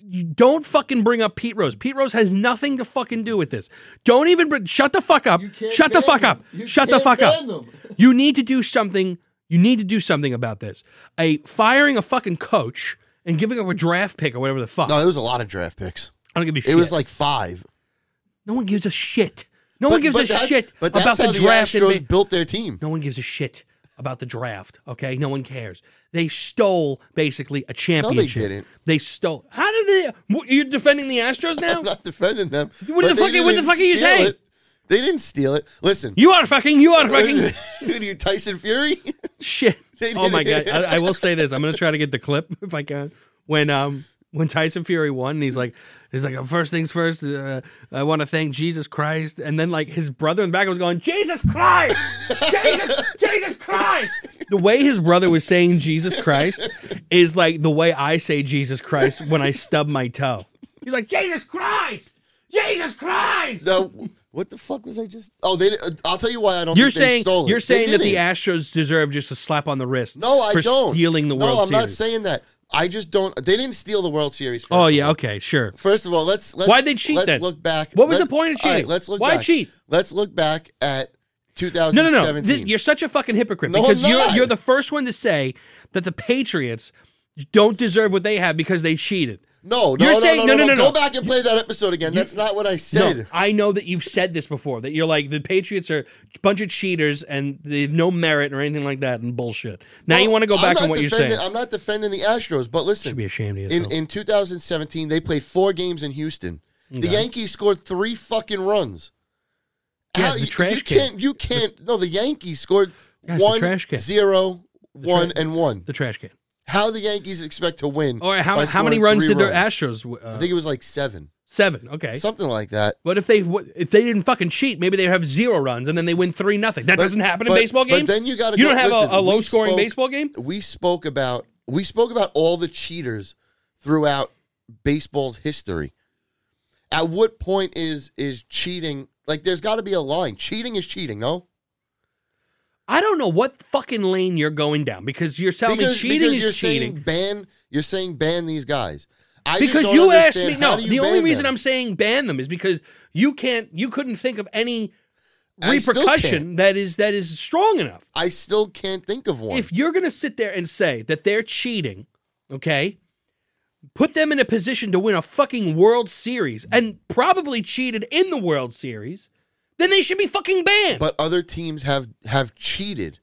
S1: You don't fucking bring up Pete Rose. Pete Rose has nothing to fucking do with this. Don't even bring, shut the fuck up.
S3: You can't
S1: Shut the
S3: ban
S1: fuck
S3: them.
S1: up.
S3: You
S1: shut the
S3: can't
S1: fuck up.
S3: ban them.
S1: You need to do something. You need to do something about this. A firing a fucking coach and giving up a draft pick or whatever the fuck.
S2: No, it was a lot of draft picks.
S1: I don't give a
S2: It
S1: shit.
S2: was like five.
S1: no one gives a shit. No
S2: But-
S1: one gives
S2: but
S1: a
S2: that's-
S1: shit
S2: but that's
S1: about
S2: how
S1: the draft.
S2: The
S1: and ma-
S2: Astros built their team.
S1: No one gives a shit about the draft. Okay, no one cares. They stole basically a championship.
S2: didn't.
S1: They stole. How did they? what, You're defending the Astros now?
S2: I'm not defending them.
S1: What
S2: but
S1: the
S2: they
S1: fuck- what the
S2: didn't
S1: fuck are you
S2: steal
S1: saying?
S2: it. They didn't steal it. Listen,
S1: you are fucking. You are fucking.
S2: who do you, Tyson Fury?
S1: shit.
S2: They
S1: Oh my god.
S2: didn't.
S1: I, I will say this. I'm gonna try to get the clip if I can. When um when Tyson Fury won, and he's like he's like first things first. Uh, I want to thank Jesus Christ, and then like his brother in the back was going Jesus Christ, Jesus Jesus Christ. The way his brother was saying Jesus Christ is like the way I say Jesus Christ when I stub my toe. He's like Jesus Christ, Jesus Christ.
S2: no. What the fuck was I just? Oh, they. uh, I'll tell you why I don't.
S1: You're
S2: think they
S1: saying
S2: stole it.
S1: you're
S2: They
S1: saying that the
S2: didn't.
S1: Astros deserve just a slap on the wrist
S2: no, I
S1: for
S2: don't
S1: stealing the World
S2: No, I'm
S1: Series.
S2: not saying that. I just don't. They didn't steal the World Series. First
S1: Oh
S2: of
S1: yeah,
S2: all.
S1: okay, sure.
S2: First of all, let's, let's
S1: Why'd they cheat
S2: Let's
S1: then?
S2: look back.
S1: What was the point of
S2: all right,
S1: cheating?
S2: let's look.
S1: Why
S2: back.
S1: cheat?
S2: Let's look back at
S1: No, no, no.
S2: 2017.
S1: This, you're such a fucking hypocrite
S2: No,
S1: because
S2: I'm
S1: you're
S2: not.
S1: you're the first one to say that the Patriots don't deserve what they have because they cheated.
S2: no, no,
S1: you're
S2: no,
S1: saying-
S2: no,
S1: no, no, no,
S2: no,
S1: no.
S2: Go back and play that episode again. That's not what I said.
S1: No, I know that you've said this before that you're like the Patriots are a bunch of cheaters and they have no merit or anything like that and bullshit. Now you
S2: Well,
S1: want to go
S2: I'm
S1: back on
S2: not
S1: what you're
S2: defending-
S1: saying?
S2: I'm not defending the Astros, but listen,
S1: be ashamed of
S2: in
S1: yourself.
S2: in 2017, they played four games in Houston. The Yankees scored three fucking runs.
S1: Yeah, the
S2: you,
S1: trash
S2: you
S1: can.
S2: can't. You can't. No, the Yankees scored
S1: Guys, the
S2: one,
S1: trash can.
S2: zero, one, and one.
S1: the trash can.
S2: How the Yankees expect to win?
S1: Or how
S2: by
S1: how many
S2: scoring
S1: runs
S2: three
S1: did the
S2: runs?
S1: Astros? Uh,
S2: I think it was like seven,
S1: seven. Okay.
S2: something like that.
S1: But if they w- if they didn't fucking cheat, maybe they have zero runs and then they win three nothing. That doesn't happen in
S2: but-
S1: baseball
S2: but
S1: games.
S2: then you gotta
S1: you
S2: go-
S1: don't have
S2: listen,
S1: a, a
S2: we
S1: low scoring
S2: spoke-
S1: baseball game.
S2: We spoke about we spoke about all the cheaters throughout baseball's history. At what point is is cheating? Like, there's got to be a line. Cheating is cheating, no?
S1: I don't know what fucking lane you're going down because you're telling me cheating
S2: because
S1: is
S2: you're
S1: cheating.
S2: Saying ban, you're saying ban these guys. I just
S1: because
S2: don't
S1: you asked me
S2: understand,
S1: no.
S2: how do you
S1: The only
S2: ban
S1: reason
S2: them?
S1: I'm saying ban them is because you can't. You couldn't think of any
S2: I still
S1: repercussion that is that is strong enough.
S2: I still can't think of one.
S1: If you're gonna sit there and say that they're cheating, okay, put them in a position to win a fucking World Series and probably cheated in the World Series, then they should be fucking banned.
S2: but other teams have have cheated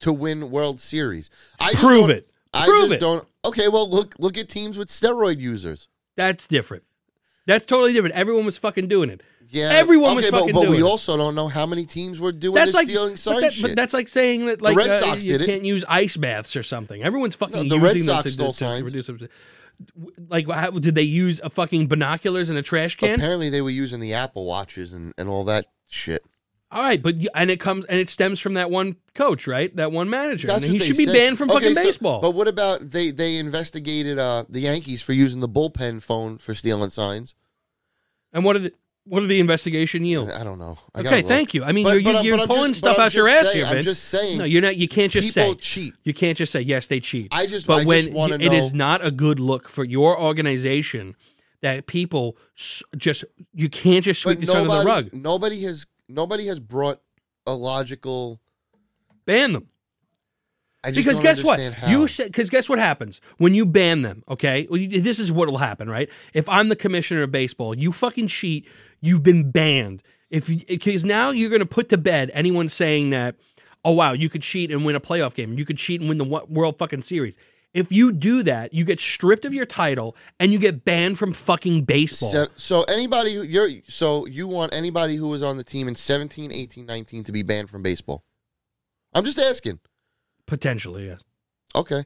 S2: to win World Series. I just
S1: Prove
S2: don't-
S1: it.
S2: I
S1: Prove
S2: just
S1: it.
S2: don't. Okay, well look look at teams with steroid users.
S1: That's different. That's totally different. Everyone was fucking doing it.
S2: Yeah,
S1: Everyone was
S2: okay, but,
S1: fucking
S2: but
S1: doing
S2: we
S1: it.
S2: also don't know how many teams were doing
S1: That's
S2: this
S1: like
S2: stealing sign
S1: but, that-
S2: shit.
S1: but that's like saying that like
S2: Red
S1: uh,
S2: Sox
S1: you
S2: did it.
S1: can't use ice baths or something. Everyone's fucking
S2: the
S1: using
S2: Red
S1: them
S2: Sox
S1: to,
S2: stole
S1: to, to
S2: signs.
S1: reduce them. Like how, did they use a fucking binoculars and a trash can?
S2: Apparently, they were using the Apple watches and, and all that shit.
S1: All right, but you- and it comes and it stems from that one coach, right? That one manager.
S2: That's
S1: and
S2: what
S1: he
S2: they
S1: should be
S2: said.
S1: banned from
S2: Okay,
S1: fucking
S2: so-
S1: baseball.
S2: But what about they they investigated uh, the Yankees for using the bullpen phone for stealing signs?
S1: and what did what did the investigation yield?
S2: I don't know. I gotta
S1: Oh. Okay,
S2: look.
S1: thank you. I mean,
S2: But-
S1: you're,
S2: but I'm-
S1: you're
S2: but I'm
S1: pulling
S2: just- but
S1: stuff
S2: I'm
S1: out your
S2: just
S1: ass
S2: saying-
S1: here,
S2: I'm
S1: man.
S2: just saying.
S1: No, you're not. You can't just
S2: people
S1: say
S2: cheat.
S1: You can't just say yes, they cheat.
S2: I just-
S1: but
S2: I
S1: when
S2: just wanna
S1: it is
S2: know-
S1: not a good look for your organization that people s- just you can't just sweep this under the rug.
S2: Nobody has nobody has brought a logical.
S1: Ban them
S2: I just
S1: because
S2: don't
S1: guess what?
S2: understand How.
S1: You said because guess what happens when you ban them? Okay, well, you, this is what will happen, right? If I'm the commissioner of baseball, you fucking cheat. You've been banned. If because now you're going to put to bed anyone saying that. oh wow, you could cheat and win a playoff game. You could cheat and win the wo- World fucking Series. If you do that, you get stripped of your title and you get banned from fucking baseball.
S2: So, so anybody who you're so you want anybody who was on the team in 17, 18, 19 to be banned from baseball? I'm just asking.
S1: Potentially, yes.
S2: Okay.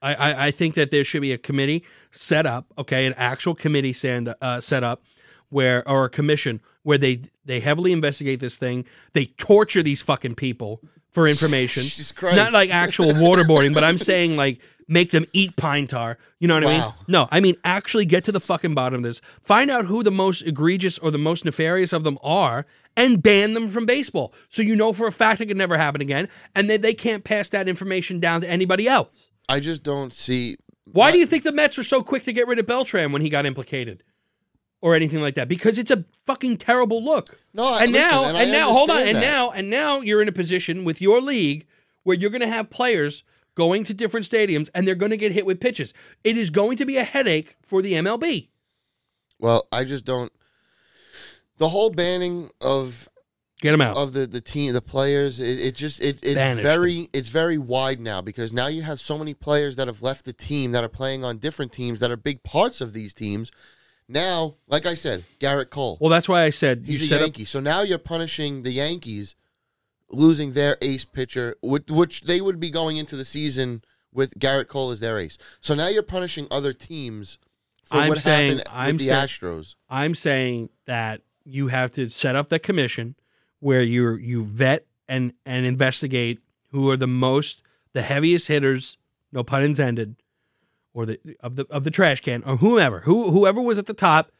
S1: I, I, I think that there should be a committee set up, okay, an actual committee send, uh, set up where, or a commission where they they heavily investigate this thing. They torture these fucking people for information,
S2: Jesus Christ.
S1: not like actual waterboarding, but I'm saying like make them eat pine tar. You know what I mean?
S2: Wow.
S1: No, I mean actually get to the fucking bottom of this. Find out who the most egregious or the most nefarious of them are, and ban them from baseball. So you know for a fact it could never happen again, and that they can't pass that information down to anybody else.
S2: I just don't see
S1: Why do you think the Mets were so quick to get rid of Beltran when he got implicated? Or anything like that because it's a fucking terrible look.
S2: No, I-
S1: and
S2: Uh, listen,
S1: now
S2: and
S1: and,
S2: I
S1: now hold on
S2: understand
S1: and
S2: that.
S1: now and now you're in a position with your league where you're going to have players going to different stadiums and they're going to get hit with pitches. It is going to be a headache for the MLB.
S2: Well, I just don't. The whole banning of
S1: Get them out.
S2: of the the team, the players, it, it just it, it's
S1: Banish
S2: very it's very wide now because now you have so many players that have left the team that are playing on different teams that are big parts of these teams. Now, like I said, Garrett Cole,
S1: well, that's why I said you
S2: he's a
S1: set up
S2: Yankee, so now you're punishing the Yankees losing their ace pitcher, which, which they would be going into the season with Garrett Cole as their ace. So now you're punishing other teams for
S1: I'm
S2: what
S1: saying-
S2: happened
S1: I'm
S2: with the
S1: saying-
S2: Astros.
S1: I'm saying that you have to set up the commission where you you vet and and investigate who are the most the heaviest hitters, no pun intended, or the of the of the trash can or whomever who whoever was at the top,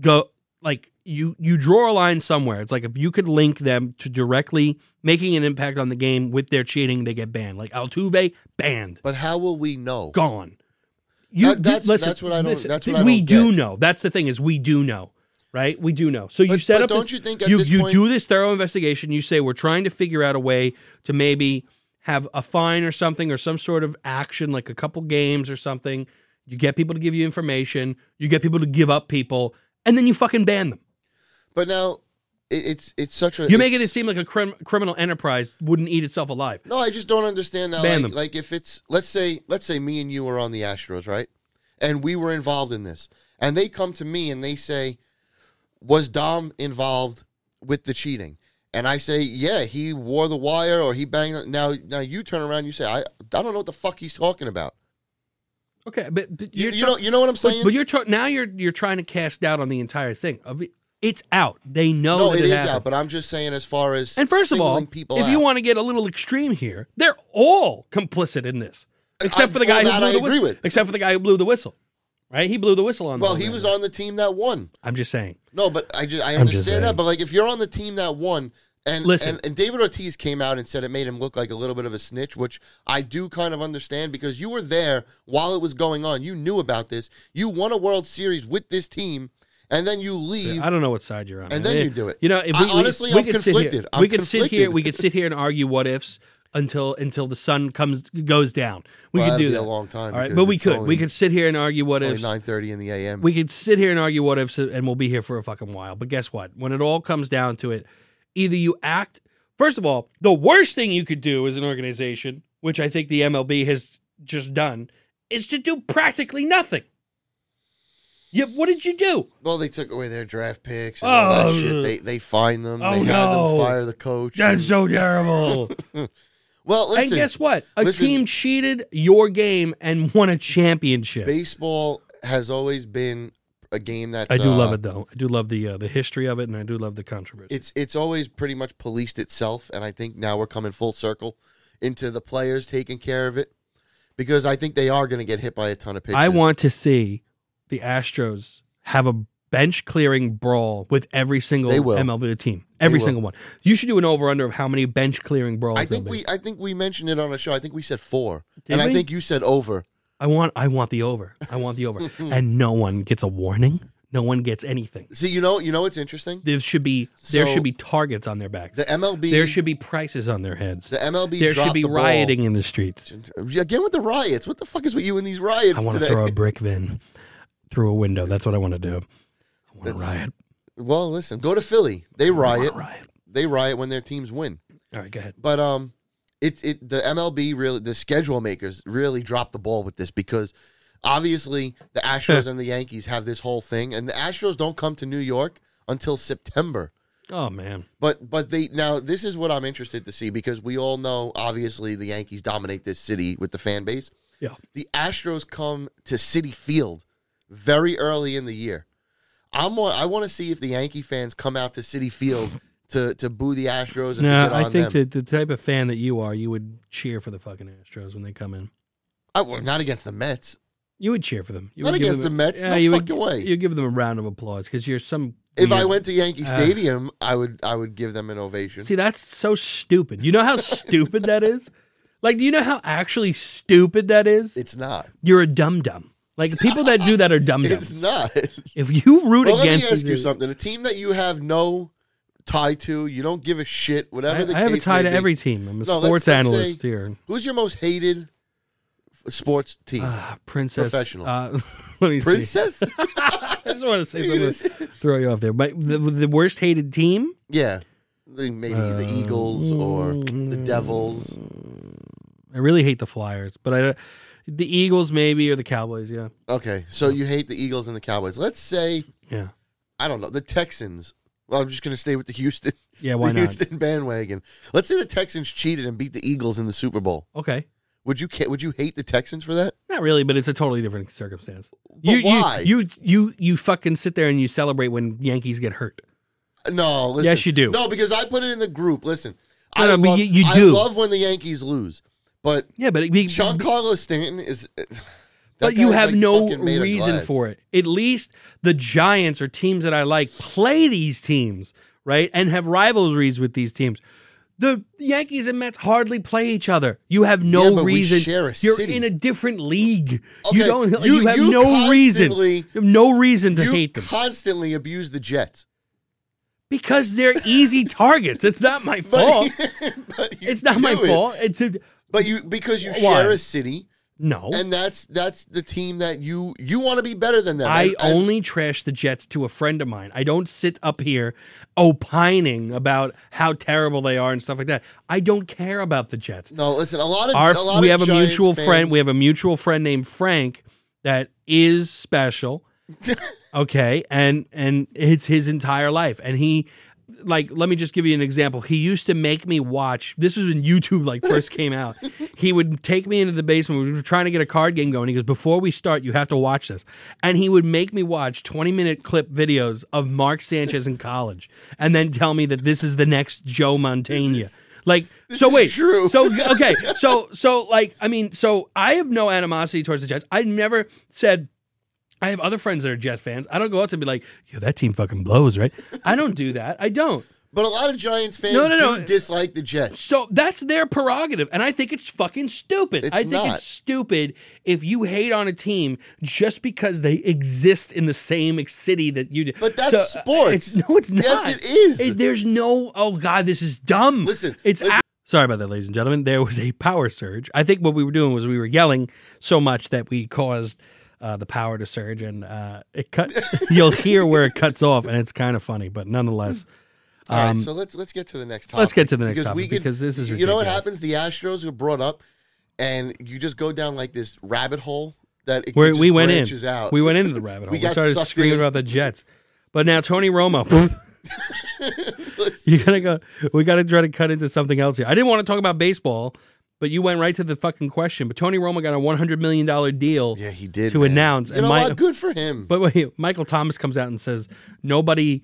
S1: go like you you draw a line somewhere. It's like if you could link them to directly making an impact on the game with their cheating, they get banned. Like Altuve banned,
S2: But how will we know?
S1: gone. You
S2: That- that's-
S1: listen,
S2: that's what I don't-
S1: listen,
S2: that's what
S1: th-
S2: I
S1: we
S2: don't
S1: do
S2: get.
S1: know. That's the thing is we do know, right? We do know. So you
S2: But-
S1: set
S2: but
S1: up.
S2: don't
S1: this-
S2: you think at
S1: you
S2: this
S1: you
S2: point-
S1: do this thorough investigation? You say we're trying to figure out a way to maybe have a fine or something or some sort of action, like a couple games or something. You get people to give you information. You get people to give up people, and then you fucking ban them.
S2: But now it, it's it's such a
S1: You're making it
S2: it's-
S1: seem like a crim- criminal enterprise wouldn't eat itself alive.
S2: No, I just don't understand now.
S1: Ban
S2: like,
S1: them.
S2: like if it's let's say let's say me and you are on the Astros, right? And we were involved in this, and they come to me and they say, "Was Dom involved with the cheating?" And I say, "Yeah, he wore the wire, or he banged." it." Now, now you turn around, and you say, "I, I don't know what the fuck he's talking about."
S1: Okay, but, but
S2: You,
S1: you're
S2: you
S1: try-
S2: know, you know what I'm
S1: but,
S2: saying?
S1: but you're try- now you're you're trying to cast doubt on the entire thing. Of it- It's out. They know
S2: no,
S1: that
S2: it
S1: it
S2: is
S1: happened.
S2: out. But I'm just saying, as far as
S1: And first of all,
S2: singling people
S1: if you
S2: out.
S1: want to get a little extreme here, they're all complicit in this, except
S2: I-
S1: for the guy
S2: well,
S1: who
S2: that
S1: blew
S2: I
S1: the
S2: agree
S1: whistle.
S2: with.
S1: Except for the guy who blew the whistle, right? He blew the whistle on. the
S2: well,
S1: whole
S2: he
S1: thing.
S2: was on the team that won.
S1: I'm just saying.
S2: No, but I just I
S1: I'm just
S2: understand
S1: saying.
S2: that. But like, if you're on the team that won, and
S1: Listen.
S2: and, and David Ortiz came out and said it made him look like a little bit of a snitch, which I do kind of understand because you were there while it was going on. You knew about this. You won a World Series with this team, and then you leave.
S1: I don't know what side you're on.
S2: And
S1: man.
S2: then you do it.
S1: You know, if
S2: I-
S1: we, we-
S2: honestly,
S1: we
S2: I'm
S1: could Sit here,
S2: conflicted. I'm
S1: we could sit here.
S2: conflicted.
S1: We could sit here and argue what ifs until until the sun comes goes down. We
S2: Well,
S1: could
S2: that'd
S1: do
S2: be a
S1: that
S2: long time
S1: All right,
S2: because
S1: but we
S2: it's
S1: could. we
S2: only-
S1: could sit here and argue what ifs.
S2: Nine thirty in the a.m.
S1: We could sit here and argue what ifs, and we'll be here for a fucking while. But guess what? When it all comes down to it, either you act. First of all, the worst thing you could do as an organization, which I think the MLB has just done, is to do practically nothing. Yeah, what did you do?
S2: well, they took away their draft picks and all that
S1: Oh.
S2: shit. They they fined them.
S1: Oh,
S2: they had
S1: no.
S2: them fire the coach. and-
S1: so terrible.
S2: well, listen.
S1: and guess what? A
S2: listen.
S1: team cheated your game and won a championship.
S2: baseball has always been a game that's
S1: I do
S2: uh,
S1: love it though. I do love the uh, the history of it, and I do love the controversy.
S2: it's it's always pretty much policed itself, and I think now we're coming full circle into the players taking care of it because I think they are going to get hit by a ton of pitches.
S1: I want to see the Astros have a bench clearing brawl with every single
S2: They will.
S1: MLB team. Every
S2: will.
S1: single one. You should do an over under of how many bench clearing brawls.
S2: I think
S1: there'll be.
S2: we I think we mentioned it on a show. I think we said four,
S1: Did
S2: and
S1: we?
S2: I think you said over.
S1: I want I want the over. I want the over. and no one gets a warning. No one gets anything.
S2: See, you know, you know, it's interesting.
S1: There should be there
S2: So-
S1: should be targets on their backs.
S2: The MLB,
S1: there should be prices on their heads.
S2: the MLB,
S1: there
S2: dropped
S1: should be
S2: the ball.
S1: rioting in the streets.
S2: again with the riots. What the fuck is with you in these riots
S1: I want to
S2: today?
S1: throw a brick bin through a window. That's what I want to do. I want to
S2: That's-
S1: riot.
S2: Well, listen, go to Philly. They
S1: I wanna
S2: riot.
S1: riot.
S2: They riot when their teams win.
S1: All right, go ahead.
S2: But um, it's it the MLB really the schedule makers really dropped the ball with this because obviously the Astros and the Yankees have this whole thing, and the Astros don't come to New York until September.
S1: Oh man.
S2: But but they now this is what I'm interested to see because we all know obviously the Yankees dominate this city with the fan base.
S1: Yeah.
S2: The Astros come to City Field very early in the year. I'm wa- I want to see if the Yankee fans come out to City Field to to boo the Astros and
S1: No,
S2: to get on
S1: I think
S2: them.
S1: that the type of fan that you are, you would cheer for the fucking Astros when they come in.
S2: I, Oh, well, not against the Mets.
S1: You would cheer for them. You
S2: Not
S1: would give
S2: against
S1: them-
S2: the Mets, no
S1: you
S2: fucking
S1: would,
S2: way.
S1: You give them a round of applause because you're some.
S2: If I
S1: weird-
S2: went to Yankee
S1: Uh,
S2: Stadium, I would I would give them an ovation.
S1: see, that's so stupid. You know how stupid that is. Like, do you know how actually stupid that is?
S2: it's not.
S1: You're a dum dum. Like people that do that are dum
S2: It's
S1: dums.
S2: not.
S1: If you root
S2: Well, let me
S1: against,
S2: ask you
S1: the-
S2: something. A team that you have no tie to, you don't give a shit. Whatever
S1: I,
S2: the
S1: I have a
S2: case
S1: tie
S2: may
S1: to
S2: be.
S1: every team. I'm a
S2: No, let's-
S1: sports
S2: let's
S1: analyst
S2: say-
S1: here.
S2: Who's your most hated f- sports team?
S1: Ah, princess.
S2: Professional.
S1: Uh, let me see.
S2: Princess?
S1: I just want to say something to throw you off there. But the, the worst hated team?
S2: yeah, The- maybe the
S1: Uh,
S2: Eagles or the Devils.
S1: I really hate the Flyers, but I the Eagles maybe or the Cowboys. Yeah,
S2: Okay, so you hate the Eagles and the Cowboys. Let's say
S1: yeah,
S2: I don't know the Texans. Well, I'm just gonna stay with the Houston,
S1: yeah. Why
S2: the
S1: not?
S2: Houston bandwagon. Let's say the Texans cheated and beat the Eagles in the Super Bowl.
S1: Okay,
S2: Would you ca- would you hate the Texans for that?
S1: not really, but it's a totally different circumstance.
S2: But
S1: you,
S2: why?
S1: You, you you you fucking sit there and you celebrate when Yankees get hurt.
S2: No, listen.
S1: Yes, you do.
S2: No, because I put it in the group. Listen,
S1: No,
S2: I
S1: no, but
S2: love,
S1: you- you
S2: I
S1: do.
S2: love when the Yankees lose, but
S1: Yeah, but it, be-
S2: Sean Carlos Stanton is.
S1: but you have no reason for it. At least the Giants or teams that I like play these teams, right? And have rivalries with these teams. The Yankees and Mets hardly play each other. You have no
S2: Yeah, but we
S1: reason.
S2: share a
S1: You're
S2: city.
S1: in a different league. you
S2: Okay,
S1: don't. like,
S2: you-
S1: You, have
S2: you
S1: no reason.
S2: constantly-
S1: You have no reason to
S2: You
S1: hate them
S2: constantly abuse the Jets,
S1: because they're easy targets. It's not my fault.
S2: but, but
S1: Oh.
S2: you
S1: It's not my
S2: do it.
S1: fault. It's a,
S2: But you because you
S1: Why?
S2: share a city,
S1: no.
S2: and that's that's the team that you you want to be better than them.
S1: I
S2: And- and-
S1: only trash the Jets to a friend of mine. I don't sit up here opining about how terrible they are and stuff like that. I don't care about the Jets.
S2: no listen. A lot of
S1: Our,
S2: a lot
S1: we
S2: of
S1: have a
S2: Giants
S1: mutual
S2: fans-
S1: friend. We have a mutual friend named Frank that is special. okay, and and it's his entire life, and he. Like, let me just give you an example. He used to make me watch. This was when YouTube like first came out. He would take me into the basement. We were trying to get a card game going. He goes, "Before we start, you have to watch this." And he would make me watch twenty-minute clip videos of Mark Sanchez in college, and then tell me that this is the next Joe Montaigne. Like, so
S2: is
S1: wait,
S2: true.
S1: so so okay, so so like I mean, so I have no animosity towards the Jets. I never said I have other friends that are Jet fans. I don't go out to be like, yo, that team fucking blows, right? I don't do that. I don't.
S2: but a lot of Giants fans
S1: No, no,
S2: do
S1: no.
S2: dislike the Jets.
S1: So that's their prerogative, and I think it's fucking stupid.
S2: It's
S1: I think
S2: not.
S1: it's stupid if you hate on a team just because they exist in the same city that you do.
S2: But that's
S1: uh,
S2: sports.
S1: It's, no, it's not.
S2: Yes, it is.
S1: It- there's no. Oh God, this is dumb.
S2: Listen,
S1: it's.
S2: listen.
S1: a- Sorry about that, ladies and gentlemen. There was a power surge. I think what we were doing was we were yelling so much that we caused uh, the power to surge, and uh, it cut. you'll hear where it cuts off, and it's kind of funny, but nonetheless.
S2: All right, so let's let's get to the next topic.
S1: Um, let's get to the next
S2: because we
S1: topic,
S2: could-
S1: because this is
S2: you know what
S1: ridiculous.
S2: happens. The Astros are brought up, and you just go down like this rabbit hole that it
S1: Where
S2: just
S1: we went
S2: branches
S1: in,
S2: out.
S1: we went into the rabbit hole.
S2: We
S1: we,
S2: got
S1: started
S2: sucked
S1: screaming
S2: in.
S1: about the Jets, but now Tony Romo. you gotta go. We gotta try to cut into something else here. I didn't want to talk about baseball, but you went right to the fucking question. But Tony Romo got a one hundred million dollar deal.
S2: yeah, he did
S1: to
S2: man.
S1: announce,
S2: You
S1: and
S2: know
S1: my-
S2: what? Good for him.
S1: But wait, Michael Thomas comes out and says nobody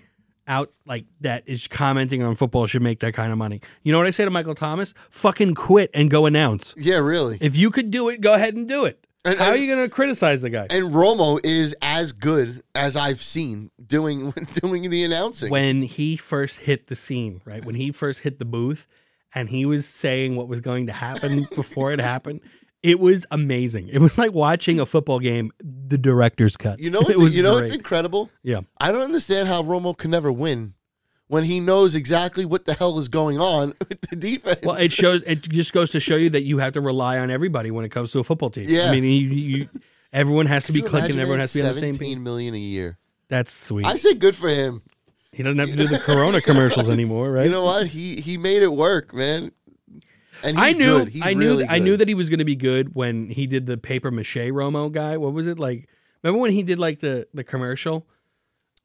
S1: out like that is commenting on football should make that kind of money. You know what I say to Michael Thomas? Fucking quit and go announce.
S2: yeah, really.
S1: If you could do it, go ahead and do it.
S2: And-
S1: How are
S2: and-
S1: you going to criticize the guy?
S2: and Romo is as good as I've seen doing doing the announcing.
S1: when he first hit the scene, right? When he first hit the booth and he was saying what was going to happen before it happened, it was amazing. It was like watching a football game, the director's cut.
S2: you know, what's,
S1: it was
S2: you know, it's
S1: great.
S2: incredible.
S1: yeah.
S2: I don't understand how Romo can never win when he knows exactly what the hell is going on with the defense.
S1: Well, it shows. It just goes to show you that you have to rely on everybody when it comes to a football team.
S2: Yeah.
S1: I mean, you, you, everyone has to be
S2: Can you
S1: clicking.
S2: imagine
S1: Everyone
S2: that?
S1: has to be on the same page.
S2: Seventeen million a year.
S1: That's sweet.
S2: I say good for him.
S1: he doesn't have to do the Corona commercials anymore, right?
S2: You know what? He he made it work, man. And
S1: I
S2: he's
S1: knew,
S2: good. He's
S1: I knew,
S2: really
S1: I knew
S2: good.
S1: that he was going to be good when he did the paper mache Romo guy. What was it like? Remember when he did like the the commercial?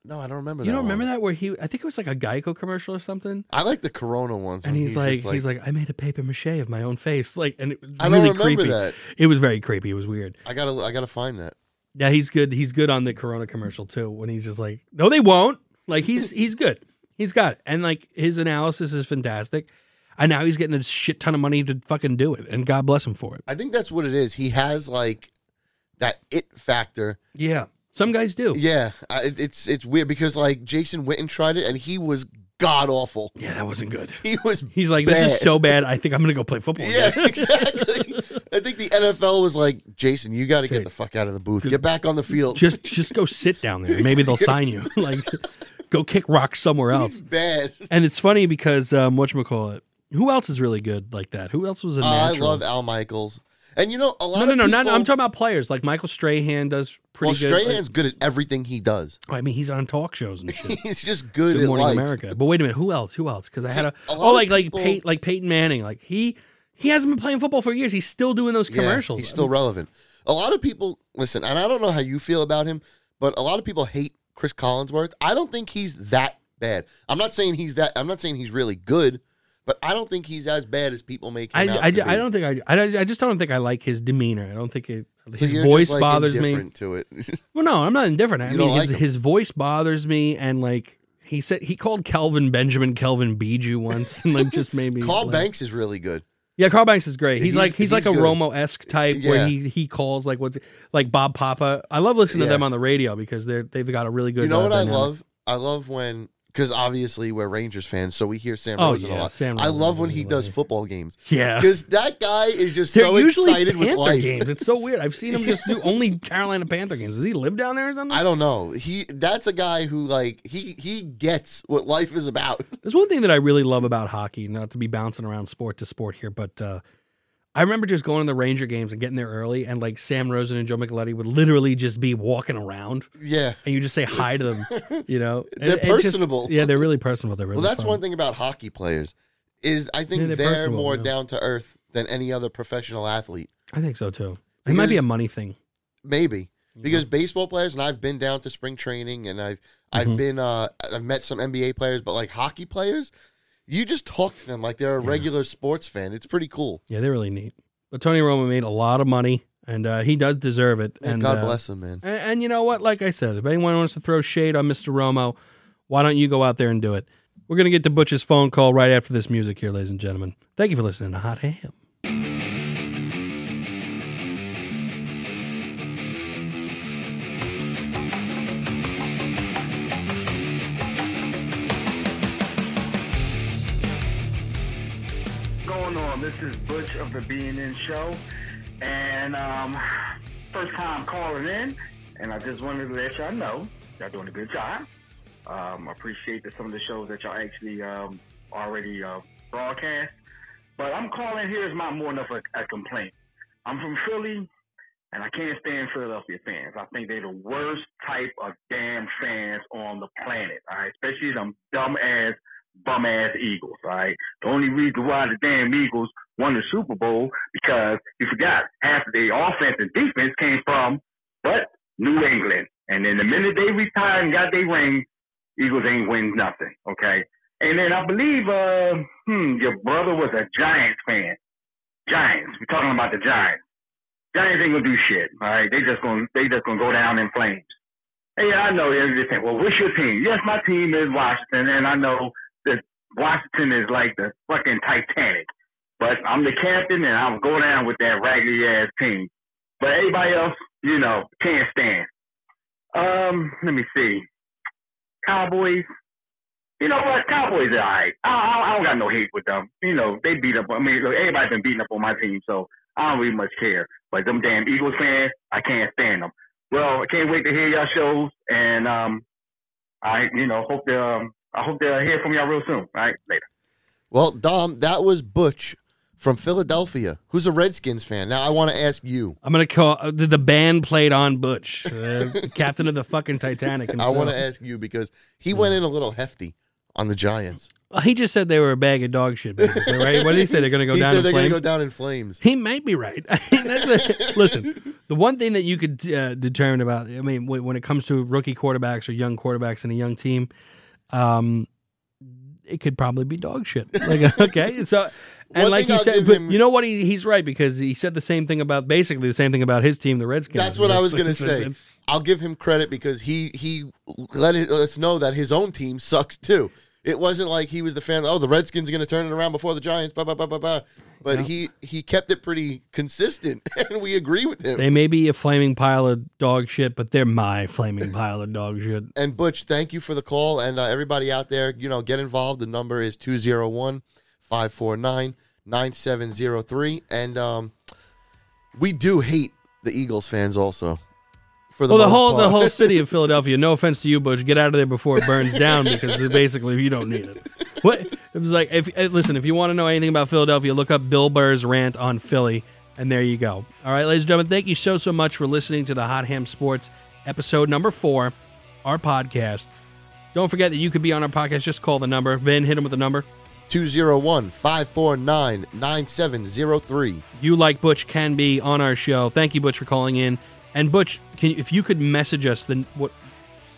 S2: No, I don't remember.
S1: You
S2: that
S1: don't remember
S2: one.
S1: that where he? I think it was like a Geico commercial or something.
S2: I like the Corona ones.
S1: And
S2: when
S1: he's,
S2: just
S1: like, he's like, I made a paper mache of my own face, like, and it was
S2: I
S1: really
S2: don't remember
S1: creepy.
S2: that.
S1: It was very creepy. It was weird.
S2: I gotta, I gotta find that.
S1: Yeah, he's good. He's good on the Corona commercial too. When he's just like, no, they won't. Like he's he's good. He's got it. And like his analysis is fantastic. And now he's getting a shit ton of money to fucking do it. And God bless him for it.
S2: I think that's what it is. He has like that it factor.
S1: Yeah, some guys do.
S2: Yeah, I, it- it's it's weird because like Jason Witten tried it and he was god awful.
S1: Yeah, that wasn't good.
S2: He was
S1: He's like, this is
S2: Bad.
S1: so bad. I think I'm gonna go play football.
S2: yeah,
S1: again."
S2: exactly. I think the NFL was like, Jason, you got to
S1: Dude.
S2: get the fuck out of the booth. Get back on the field.
S1: just just go sit down there. Maybe they'll sign you. like, go kick rocks somewhere else.
S2: He's bad.
S1: And it's funny because um, whatchamacallit, who else is really good like that? Who else was a
S2: Uh, I
S1: natural?
S2: love Al Michaels. And you know a lot.
S1: no, no,
S2: of
S1: no.
S2: people,
S1: Not, I'm talking about players. Like Michael Strahan does
S2: Well,
S1: pretty good. like-
S2: Strahan's good at everything he does.
S1: I mean, he's on talk shows and shit.
S2: He's just good,
S1: good
S2: at
S1: Morning
S2: life.
S1: America. But wait a minute, who else? Who else? Because I had a,
S2: a lot
S1: oh, like
S2: of people-
S1: like Pey, like Peyton Manning. Like he he hasn't been playing football for years. He's still doing those
S2: Yeah,
S1: commercials.
S2: he's still relevant. A lot of people listen, and I don't know how you feel about him, but a lot of people hate Chris Collinsworth. I don't think he's that bad. I'm not saying he's that. I'm not saying he's really good, but I don't think he's as bad as people make
S1: I,
S2: him out
S1: I,
S2: to
S1: I
S2: be.
S1: don't think I, I I just don't think I like his demeanor. I don't think it,
S2: So
S1: his
S2: you're
S1: voice
S2: just, like,
S1: bothers me.
S2: indifferent To it,
S1: Well, no, I'm not indifferent. I
S2: You
S1: mean,
S2: don't
S1: his,
S2: like him.
S1: his voice bothers me, and like he said, he called Calvin Benjamin Calvin Bijou once, and like just made me.
S2: Carl
S1: laugh.
S2: Banks is really good.
S1: Yeah, Carl Banks is great. He's,
S2: He's-
S1: like he's,
S2: he's
S1: like a
S2: good.
S1: Romo esque type
S2: Yeah.
S1: where he he calls like what like Bob Papa. I love listening to
S2: Yeah.
S1: them on the radio because they're they've got a really good.
S2: you know
S1: uh,
S2: what
S1: dynamic.
S2: I love? I love when because obviously we're Rangers fans, so we hear Sam
S1: Oh,
S2: Rosen
S1: yeah,
S2: a lot.
S1: Sam
S2: I
S1: Rosen
S2: love
S1: is
S2: when he
S1: really
S2: does
S1: good.
S2: football games
S1: Yeah,
S2: because that guy is just so
S1: they're usually
S2: excited
S1: Panther
S2: with life.
S1: games. It's so weird. I've seen him just do only Carolina Panther games. Does he live down there or something?
S2: I don't know. He that's a guy who like he he gets what life is about.
S1: There's one thing that I really love about hockey, not to be bouncing around sport to sport here, but uh, I remember just going to the Ranger games and getting there early, and like Sam Rosen and Joe McAlealy would literally just be walking around,
S2: Yeah.
S1: and you just say hi to them, you know?
S2: They're
S1: And- and just-
S2: personable.
S1: yeah, they're really personable. They're really
S2: well, that's
S1: fun.
S2: one thing about hockey players is I think
S1: Yeah, they're
S2: they're,
S1: personable,
S2: more
S1: yeah.
S2: down to earth than any other professional athlete.
S1: I think so too. It might be a
S2: Because-
S1: money thing.
S2: Maybe
S1: Mm-hmm.
S2: because baseball players and I've been down to spring training and I've I've
S1: Mhm.
S2: been uh I've met some NBA players, but like hockey players, you just talk to them like they're a
S1: Yeah.
S2: regular sports fan. It's pretty cool.
S1: Yeah, they're really neat. But Tony Romo made a lot of money, and uh, he does deserve it.
S2: Man,
S1: and
S2: God
S1: uh,
S2: bless them, man.
S1: And, and you know what? Like I said, if anyone wants to throw shade on Mr. Romo, why don't you go out there and do it? We're going to get to Butch's phone call right after this music here, ladies and gentlemen. Thank you for listening to Hot Ham.
S3: going on? This is Butch of the Being In Show, and um, first time calling in, and I just wanted to let y'all know y'all doing a good job. Um, I appreciate that some of the shows that y'all actually um, already uh, broadcast, but I'm calling here is my more enough a, a complaint. I'm from Philly, and I can't stand Philadelphia fans. I think they're the worst type of damn fans on the planet. All right, especially them dumb ass, bum ass Eagles. All right. The only reason why the damn Eagles won the Super Bowl because you forgot half of their offense and defense came from but New England. And then the minute they retired and got their ring, Eagles ain't win nothing. Okay. And then I believe uh hmm, your brother was a Giants fan. Giants. We're talking about the Giants. Giants ain't gonna do shit. All right. They just gonna they just gonna go down in flames. Hey, I know everything. Well, what's your team? Yes, my team is Washington, and I know Washington is like the fucking Titanic. But I'm the captain and I'll go down with that raggedy ass team. But everybody else, you know, can't stand. Um, let me see. Cowboys. You know what? Cowboys are alright. I, I, I don't got no hate with them. You know, they beat up. I mean, look, everybody's been beating up on my team, so I don't really much care. But them damn Eagles fans, I can't stand them. Well, I can't wait to hear y'all shows, and um, I, you know, hope to, um, I hope to hear from y'all real soon. All right, later.
S2: Well, Dom, that was Butch from Philadelphia, who's a Redskins fan. Now I want to ask you.
S1: I'm going to call uh, the, the band played on Butch, the captain of the fucking Hmm. Titanic.
S2: I
S1: himself.
S2: want to ask you because he went in a little hefty on the Giants.
S1: Well, he just said they were a bag of dog shit, basically, right? What did he say? They're going to go
S2: he
S1: down
S2: said
S1: in
S2: they're gonna
S1: flames.
S2: go down in flames.
S1: He might be right. I mean, that's a, listen, the one thing that you could uh, determine about, I mean, when when it comes to rookie quarterbacks or young quarterbacks in a young team, um, it could probably be dog shit. Like, okay, so. And
S2: One
S1: like
S2: thing
S1: he
S2: I'll
S1: said,
S2: give
S1: but
S2: him-
S1: you know what? He, he's right because he said the same thing about basically the same thing about his team, the Redskins.
S2: That's what I was
S1: It's-
S2: gonna
S1: it's-
S2: say.
S1: it's-
S2: I'll give him credit because he he let it, let us know that his own team sucks too. It wasn't like he was the fan. Oh, the Redskins are going to turn it around before the Giants. Blah blah blah blah blah. But
S1: Yeah.
S2: he he kept it pretty consistent, and we agree with him.
S1: They may be a flaming pile of dog shit, but they're my flaming pile of dog shit.
S2: and Butch, thank you for the call. And uh, everybody out there, you know, get involved. The number is 201 549 9703. And um, we do hate the Eagles fans also. For the,
S1: Well, the
S2: most
S1: whole the
S2: part.
S1: whole city of Philadelphia. No offense to you, Butch, get out of there before it burns down because basically you don't need it. What it was like? If eh, listen, if you want to know anything about Philadelphia, look up Bill Burr's rant on Philly, and there you go. All right, ladies and gentlemen, thank you so so much for listening to the Hot Ham Sports episode number four, our podcast. Don't forget that you could be on our podcast. Just call the number. Vin, hit him with the number.
S2: 201 549 9703.
S1: you like Butch can be on our show. Thank you, Butch, for calling in. And Butch, can, if you could message us, then what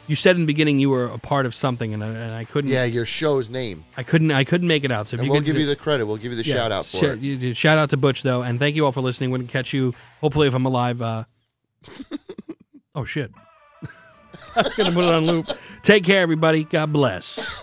S1: you said in the beginning, you were a part of something, and I, and I couldn't,
S2: Yeah, your show's name.
S1: I couldn't, I couldn't make it out. So if
S2: And
S1: you
S2: we'll
S1: could
S2: give you the credit. We'll give you the
S1: yeah,
S2: shout out for
S1: sh-
S2: it.
S1: you did. Shout out to Butch though, and thank you all for listening. We're gonna catch you hopefully if I'm alive. Uh... oh shit, I was gonna put it on loop. Take care, everybody. God bless.